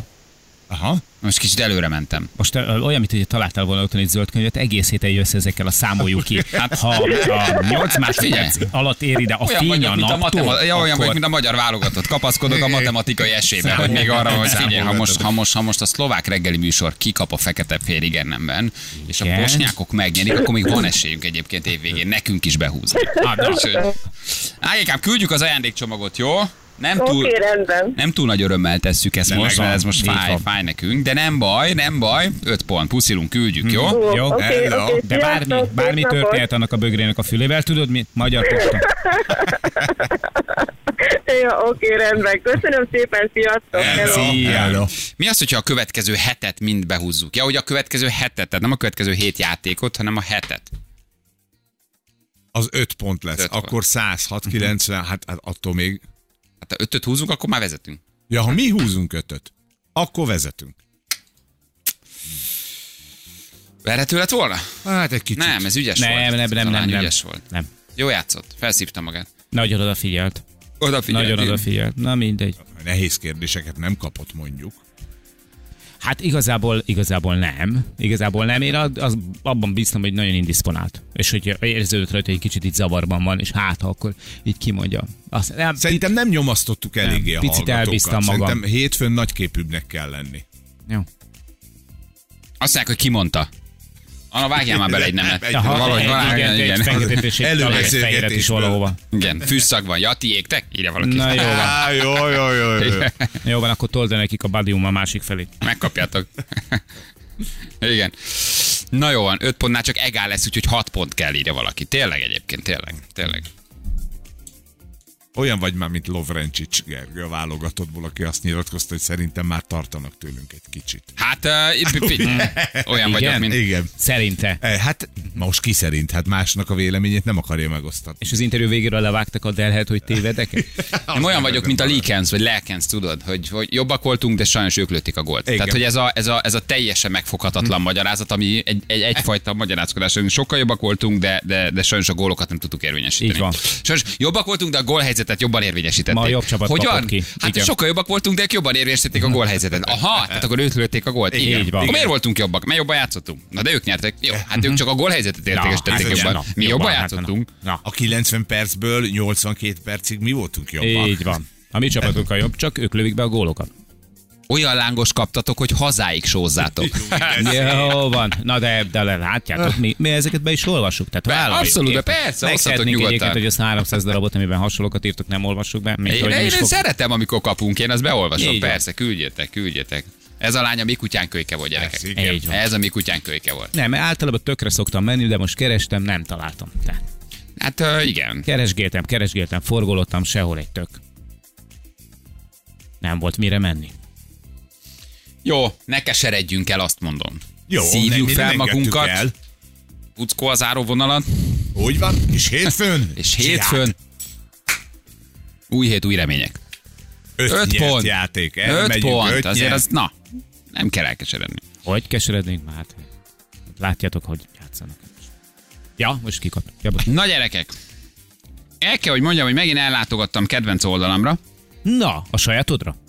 Speaker 4: Aha.
Speaker 2: Most kicsit előre mentem.
Speaker 3: Most ö, olyan, mint hogy találtál volna otthon egy zöld könyvet, egész héten jössz ezekkel a számoljuk ki. Hát ha a 8 másodperc
Speaker 2: Hát, Figyelj.
Speaker 3: alatt ér ide a
Speaker 2: Olyan
Speaker 3: fény
Speaker 2: vagyok,
Speaker 3: a
Speaker 2: mint a,
Speaker 3: naptól,
Speaker 2: matema- ja, olyan vagyok,
Speaker 3: akkor
Speaker 2: mint a magyar válogatott. Kapaszkodok a matematikai esélyben, hogy még arra, hogy figyelj, ha most, ha, most, ha most a szlovák reggeli műsor kikap a fekete fél igennemben, és a
Speaker 3: Igen.
Speaker 2: bosnyákok megnyerik, akkor még van esélyünk egyébként évvégén. Nekünk is behúzni.
Speaker 3: Ah, na.
Speaker 2: Sőt. Ágikám, küldjük az ajándékcsomagot, jó? Nem túl,
Speaker 5: Oké, rendben.
Speaker 2: nem túl nagy örömmel tesszük ezt
Speaker 3: De
Speaker 2: most,
Speaker 3: megvan.
Speaker 2: mert ez most
Speaker 3: Így
Speaker 2: fáj,
Speaker 3: van.
Speaker 2: fáj nekünk, de nem baj, nem baj. Öt pont, puszilunk, küldjük, jó?
Speaker 5: Jó,
Speaker 3: Jó,
Speaker 5: oké,
Speaker 4: hello.
Speaker 5: oké,
Speaker 3: de bármi,
Speaker 5: sziasztok,
Speaker 3: bármi
Speaker 5: szép napot.
Speaker 3: történhet annak a bögrének a fülével, tudod mi? Magyar posta.
Speaker 5: Jó, oké, rendben. Köszönöm szépen, sziasztok. hello.
Speaker 4: Hello.
Speaker 2: Mi az, hogyha a következő hetet mind behúzzuk? Ja, hogy a következő hetet, tehát nem a következő hét játékot, hanem a hetet.
Speaker 4: Az 5 pont lesz.
Speaker 2: Öt pont.
Speaker 4: Akkor 106,
Speaker 3: Mhm.
Speaker 4: 90, hát, hát attól még.
Speaker 2: Hát ha ötöt húzunk, akkor már vezetünk.
Speaker 4: Ja, ha mi húzunk ötöt, akkor vezetünk.
Speaker 2: Verhető lett volna?
Speaker 4: Hát egy kicsit.
Speaker 2: Nem, ez ügyes volt.
Speaker 3: Nem, nem, nem,
Speaker 2: Talán
Speaker 3: nem, nem.
Speaker 2: ügyes volt.
Speaker 3: Nem.
Speaker 2: Jó játszott, felszívta magát.
Speaker 3: Nagyon odafigyelt.
Speaker 2: Odafigyelt.
Speaker 3: Nagyon odafigyelt. Na mindegy.
Speaker 4: Nehéz kérdéseket nem kapott mondjuk.
Speaker 3: Hát igazából, igazából nem. Igazából nem. Én ad- az, abban bíztam, hogy nagyon indisponált. És hogy érződött rajta, hogy egy kicsit itt zavarban van, és hát ha akkor így kimondja. Azt, nem,
Speaker 4: Szerintem nem nyomasztottuk eléggé
Speaker 3: Nem,
Speaker 4: a
Speaker 3: picit
Speaker 4: hallgatókat.
Speaker 3: elbíztam magam.
Speaker 4: Szerintem hétfőn nagyképűbbnek kell lenni.
Speaker 3: Jó.
Speaker 2: Azt mondják, hogy kimondta. Anna, vágjál már bele egy nemet.
Speaker 4: Aha,
Speaker 2: Valahogy,
Speaker 3: egy-
Speaker 2: valahogy,
Speaker 3: igen, egy
Speaker 2: igen.
Speaker 3: fenyegetés, egy
Speaker 4: Előbeszélgetésből.
Speaker 3: talán egy fejedet is valahova.
Speaker 2: Igen, fűszag van, Jati, égtek? Írja valaki.
Speaker 3: Na jó van.
Speaker 4: Á, jó, jó, jó, jó. jó.
Speaker 3: Jó van, akkor told el nekik a badium a másik felé.
Speaker 2: Megkapjátok. Igen. Na jó van, 5 pontnál csak egál lesz, úgyhogy 6 pont kell írja valaki. Tényleg egyébként, tényleg, tényleg.
Speaker 4: Olyan vagy már, mint Lovrencsics Gergő a válogatottból, aki azt nyilatkozta, hogy szerintem már tartanak tőlünk egy kicsit.
Speaker 2: Hát, uh, itt- itt- itt- olyan vagyok,
Speaker 3: Igen?
Speaker 2: mint...
Speaker 4: Igen.
Speaker 3: Szerinte.
Speaker 4: Eh, Hát most ki szerint? Hát másnak a véleményét nem akarja megosztatni.
Speaker 3: És az interjú végére levágtak a delhet, hogy tévedek
Speaker 2: Én olyan
Speaker 4: nem
Speaker 2: vagyok,
Speaker 4: tudom,
Speaker 2: mint a
Speaker 4: nem.
Speaker 2: Leakens, vagy Leakens, tudod, hogy, hogy jobbak voltunk, de sajnos ők lőtték a gólt.
Speaker 4: Igen.
Speaker 2: Tehát, hogy ez a, ez a, ez a teljesen megfoghatatlan
Speaker 3: Hm.
Speaker 2: magyarázat, ami egy, egy, egyfajta magyarázkodás. Sokkal jobbak voltunk, de, de, de sajnos a gólokat nem tudtuk érvényesíteni.
Speaker 3: Így van.
Speaker 2: Sajnos jobbak voltunk, de a gólhelyzetet jobban érvényesítették.
Speaker 3: Ma a jobb csapat
Speaker 2: Hogyan?
Speaker 3: kapott ki.
Speaker 2: Hát
Speaker 3: Igen.
Speaker 2: sokkal jobbak voltunk, de ők jobban érvényesítették a gólhelyzetet. Aha, tehát akkor ők lőtték a gólt. Igen.
Speaker 3: Így van.
Speaker 2: Akkor miért
Speaker 3: Igen.
Speaker 2: voltunk jobbak? Mert jobban játszottunk. Na de ők nyertek. Jó, hát ők csak a gólhelyzetet értékesítették
Speaker 4: hát igen,
Speaker 2: jobban.
Speaker 3: na,
Speaker 2: Mi jobban
Speaker 3: jobban, hát na.
Speaker 2: játszottunk.
Speaker 3: Na,
Speaker 4: A 90 percből 82 percig mi voltunk jobbak.
Speaker 3: Így van. A mi csapatunk a jobb, csak ők lövik be a gólokat.
Speaker 2: Olyan lángos kaptatok, hogy hazáig sózzátok.
Speaker 3: Jó van. Na de, de le- látjátok, mi, mi ezeket be is olvassuk. Tehát vállaljuk.
Speaker 2: abszolút, de
Speaker 3: érted?
Speaker 2: persze, osszatok
Speaker 3: Megtehetnénk
Speaker 2: nyugodtan.
Speaker 3: egyébként, hogy azt 300 darabot, amiben hasonlókat írtok, nem olvassuk be. Mint,
Speaker 2: Én,
Speaker 3: hogy
Speaker 2: én,
Speaker 3: nem
Speaker 2: én
Speaker 3: is fog...
Speaker 2: szeretem, amikor kapunk, én azt beolvasom,
Speaker 3: Így van.
Speaker 2: persze, küldjetek, küldjetek. Ez a lány a mi kutyánk kölyke volt, gyerekek.
Speaker 4: Ez így.
Speaker 3: Így van.
Speaker 2: Ez a mi kutyánk kölyke volt.
Speaker 3: Nem, általában tökre szoktam menni, de most kerestem, nem találtam. Tehát
Speaker 2: Hát ö, igen.
Speaker 3: keresgéltem, keresgéltem, forgolottam, sehol egy tök. Nem volt mire menni.
Speaker 2: Jó, ne keseredjünk el, azt mondom.
Speaker 4: Jó,
Speaker 2: Szívjuk
Speaker 4: nem-
Speaker 2: fel
Speaker 4: nem engedtük
Speaker 2: magunkat,
Speaker 4: el.
Speaker 2: Puckó a záróvonalat,
Speaker 4: Úgy van, és hétfőn?
Speaker 2: és hétfőn új hét, új remények.
Speaker 4: öt,
Speaker 2: öt
Speaker 4: nyert
Speaker 2: pont.
Speaker 4: játék.
Speaker 2: 5
Speaker 4: Elmegyünk,
Speaker 2: pont,
Speaker 4: öt
Speaker 2: azért
Speaker 4: nyert.
Speaker 2: az, na, nem kell elkeseredni.
Speaker 3: Hogy keserednénk már? Hát, Látjátok, hogy játszanak. Ja, most kikap. Ja, bocs.
Speaker 2: Na gyerekek, el kell, hogy mondjam, hogy megint ellátogattam kedvenc oldalamra.
Speaker 3: Na, a sajátodra?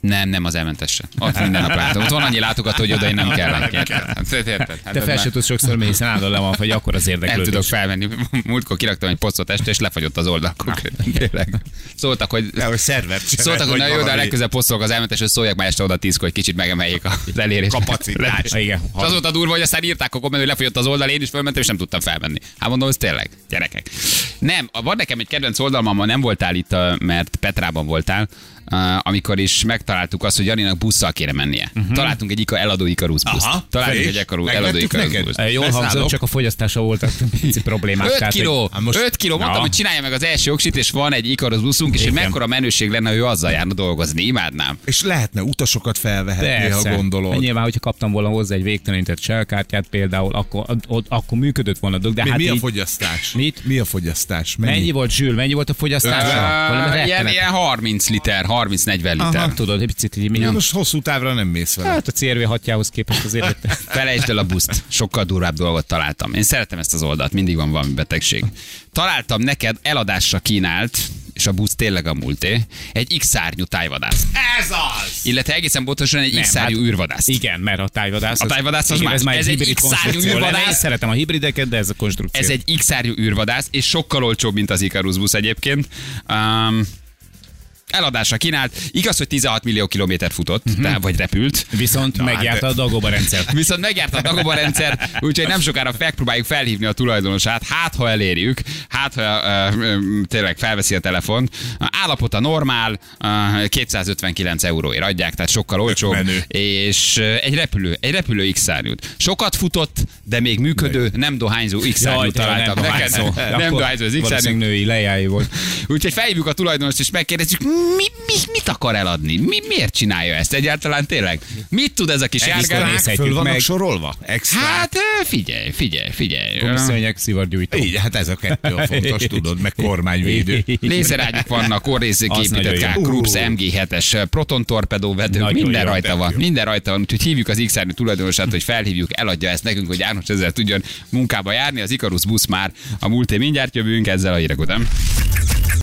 Speaker 2: Nem, nem az elmentesse. Ott minden nap látom. Ott van annyi látogató, hogy oda én nem kell. Hát, érted? Hát
Speaker 3: Te
Speaker 2: az
Speaker 3: fel
Speaker 2: már-
Speaker 3: se tudsz sokszor menni, hiszen állandóan le van, hogy akkor az
Speaker 2: nem
Speaker 3: érdeklődés.
Speaker 2: tudok felmenni. Múltkor kiraktam egy posztot este, és lefagyott az oldal konkrétan. Tényleg. Szóltak, hogy
Speaker 4: De hogy szervert csinál,
Speaker 2: Szóltak, hogy
Speaker 4: vagy
Speaker 2: na jó, de a
Speaker 4: valami.
Speaker 2: legközelebb posztolok az elmetes, hogy szólják már este oda tízkor, hogy kicsit megemeljék az elérést.
Speaker 4: Kapacitás.
Speaker 3: Ah, Igen.
Speaker 2: És az volt a durva, hogy aztán írták a kommentben, hogy lefogyott az oldal, én is fölmentem, és nem tudtam felmenni. Hát mondom, ez tényleg, gyerekek. Nem, a- van nekem egy kedvenc oldalmam, ma nem voltál itt, ö, mert Petrában voltál, ö, amikor is megtaláltuk azt, hogy Janinak busszal kéne mennie. Uh-huh. Találtunk egy ika, eladó ikarúz buszt.
Speaker 4: Mhm. Aha,
Speaker 2: Találtunk
Speaker 4: és?
Speaker 2: egy ikarú, eladó
Speaker 4: Megvettük
Speaker 2: ikarúz
Speaker 4: neked?
Speaker 2: buszt.
Speaker 3: Eh, Jól
Speaker 4: Leszállok.
Speaker 3: hangzott, csak a fogyasztása volt a pici problémák.
Speaker 2: 5
Speaker 3: tehát, hogy-
Speaker 2: kiló,
Speaker 4: Hát most-
Speaker 2: 5 kiló, mondtam,
Speaker 3: Na.
Speaker 2: hogy csinálja meg az első oksit, és van egy Icarus buszunk, és hogy mekkora menőség lenne, ha ő azzal járna dolgozni, imádnám.
Speaker 4: És lehetne utasokat felvehetni, ha
Speaker 3: Persze. Hát
Speaker 4: gondolod.
Speaker 3: Nyilván, hogyha kaptam volna hozzá egy végtelenített shellkártyát például, akkor, ott, akkor működött volna a dolog, de
Speaker 4: Mi,
Speaker 3: hát
Speaker 4: mi a
Speaker 3: így,
Speaker 4: fogyasztás?
Speaker 3: Mit?
Speaker 4: Mi a fogyasztás? Mennyi?
Speaker 3: mennyi? volt zsűl, mennyi volt a fogyasztása? Valami
Speaker 2: Ö, Ilyen,
Speaker 3: rettenet-
Speaker 2: ilyen 30 liter, 30-40 liter.
Speaker 3: Aha, tudod, egy picit így
Speaker 4: Ja,
Speaker 3: mindjárt.
Speaker 4: Most hosszú távra nem mész vele.
Speaker 3: Hát a CRV hatjához képest azért hogy-
Speaker 2: Felejtsd el a buszt, sokkal durvább dolgot találtam. Én szeretem ezt az oldalt, mindig van valami betegség. Találtam neked eladásra kínált, és a busz tényleg a múlté, egy X-szárnyú tájvadász.
Speaker 4: Ez az!
Speaker 2: Illetve egészen pontosan egy X-szárnyú
Speaker 3: hát-
Speaker 2: űrvadász.
Speaker 3: Igen, mert a tájvadász.
Speaker 2: A tájvadász az
Speaker 3: igen,
Speaker 2: más.
Speaker 3: ez már
Speaker 2: Ez
Speaker 3: egy
Speaker 2: egy
Speaker 3: hibrid
Speaker 2: X-szárnyú
Speaker 3: konstrukció. lenne. Én
Speaker 2: űrvadász.
Speaker 3: szeretem a hibrideket, de ez a konstrukció.
Speaker 2: Ez egy X-árjú űrvadász, és sokkal olcsóbb, mint az Icarus busz egyébként. Um, eladásra kínált. Igaz, hogy 16 millió kilométer futott, uh-huh. tehát, vagy repült.
Speaker 3: Viszont megjárta a Dagoba rendszert.
Speaker 2: Viszont megjárta a Dagoba rendszer, úgyhogy nem sokára megpróbáljuk felhívni a tulajdonosát, hát ha elérjük, hát ha ö, ö, tényleg felveszi a telefont. A állapota normál, ö, 259 euróért adják, tehát sokkal olcsóbb.
Speaker 4: menő.
Speaker 2: És ö, egy repülő, egy repülő x árnyút Sokat futott, de még működő, nem dohányzó x árnyút találtam neked. Nem dohányzó az x
Speaker 3: Valószínűleg női lejáj volt.
Speaker 2: Úgyhogy felhívjuk a tulajdonost, és megkérdezzük, mi, mi, mit akar eladni? Mi, miért csinálja ezt egyáltalán tényleg? Mit tud ez a kis járgány?
Speaker 4: Extrák
Speaker 3: nézhetjük
Speaker 4: föl vannak
Speaker 3: meg.
Speaker 4: sorolva? Extrák?
Speaker 2: Hát ö, figyelj, figyelj, figyelj.
Speaker 3: Viszonyek szivargyújtó.
Speaker 4: Így, hát ez a kettő a fontos, tudod, meg kormányvédő.
Speaker 2: Lézerágyuk vannak,
Speaker 3: Az
Speaker 2: korrészgépített
Speaker 3: nagyon jó.
Speaker 2: kák, Krups MG7-es, proton torpedóvedő,
Speaker 3: Nagyon
Speaker 2: minden
Speaker 3: jó,
Speaker 2: rajta
Speaker 4: tök
Speaker 2: van,
Speaker 4: jó.
Speaker 2: minden rajta van, úgyhogy hívjuk az x tulajdonosát, hogy felhívjuk, eladja ezt nekünk, hogy János ezzel tudjon munkába járni, az Ikarus busz már a múlt mindjárt jövünk ezzel a hírek után.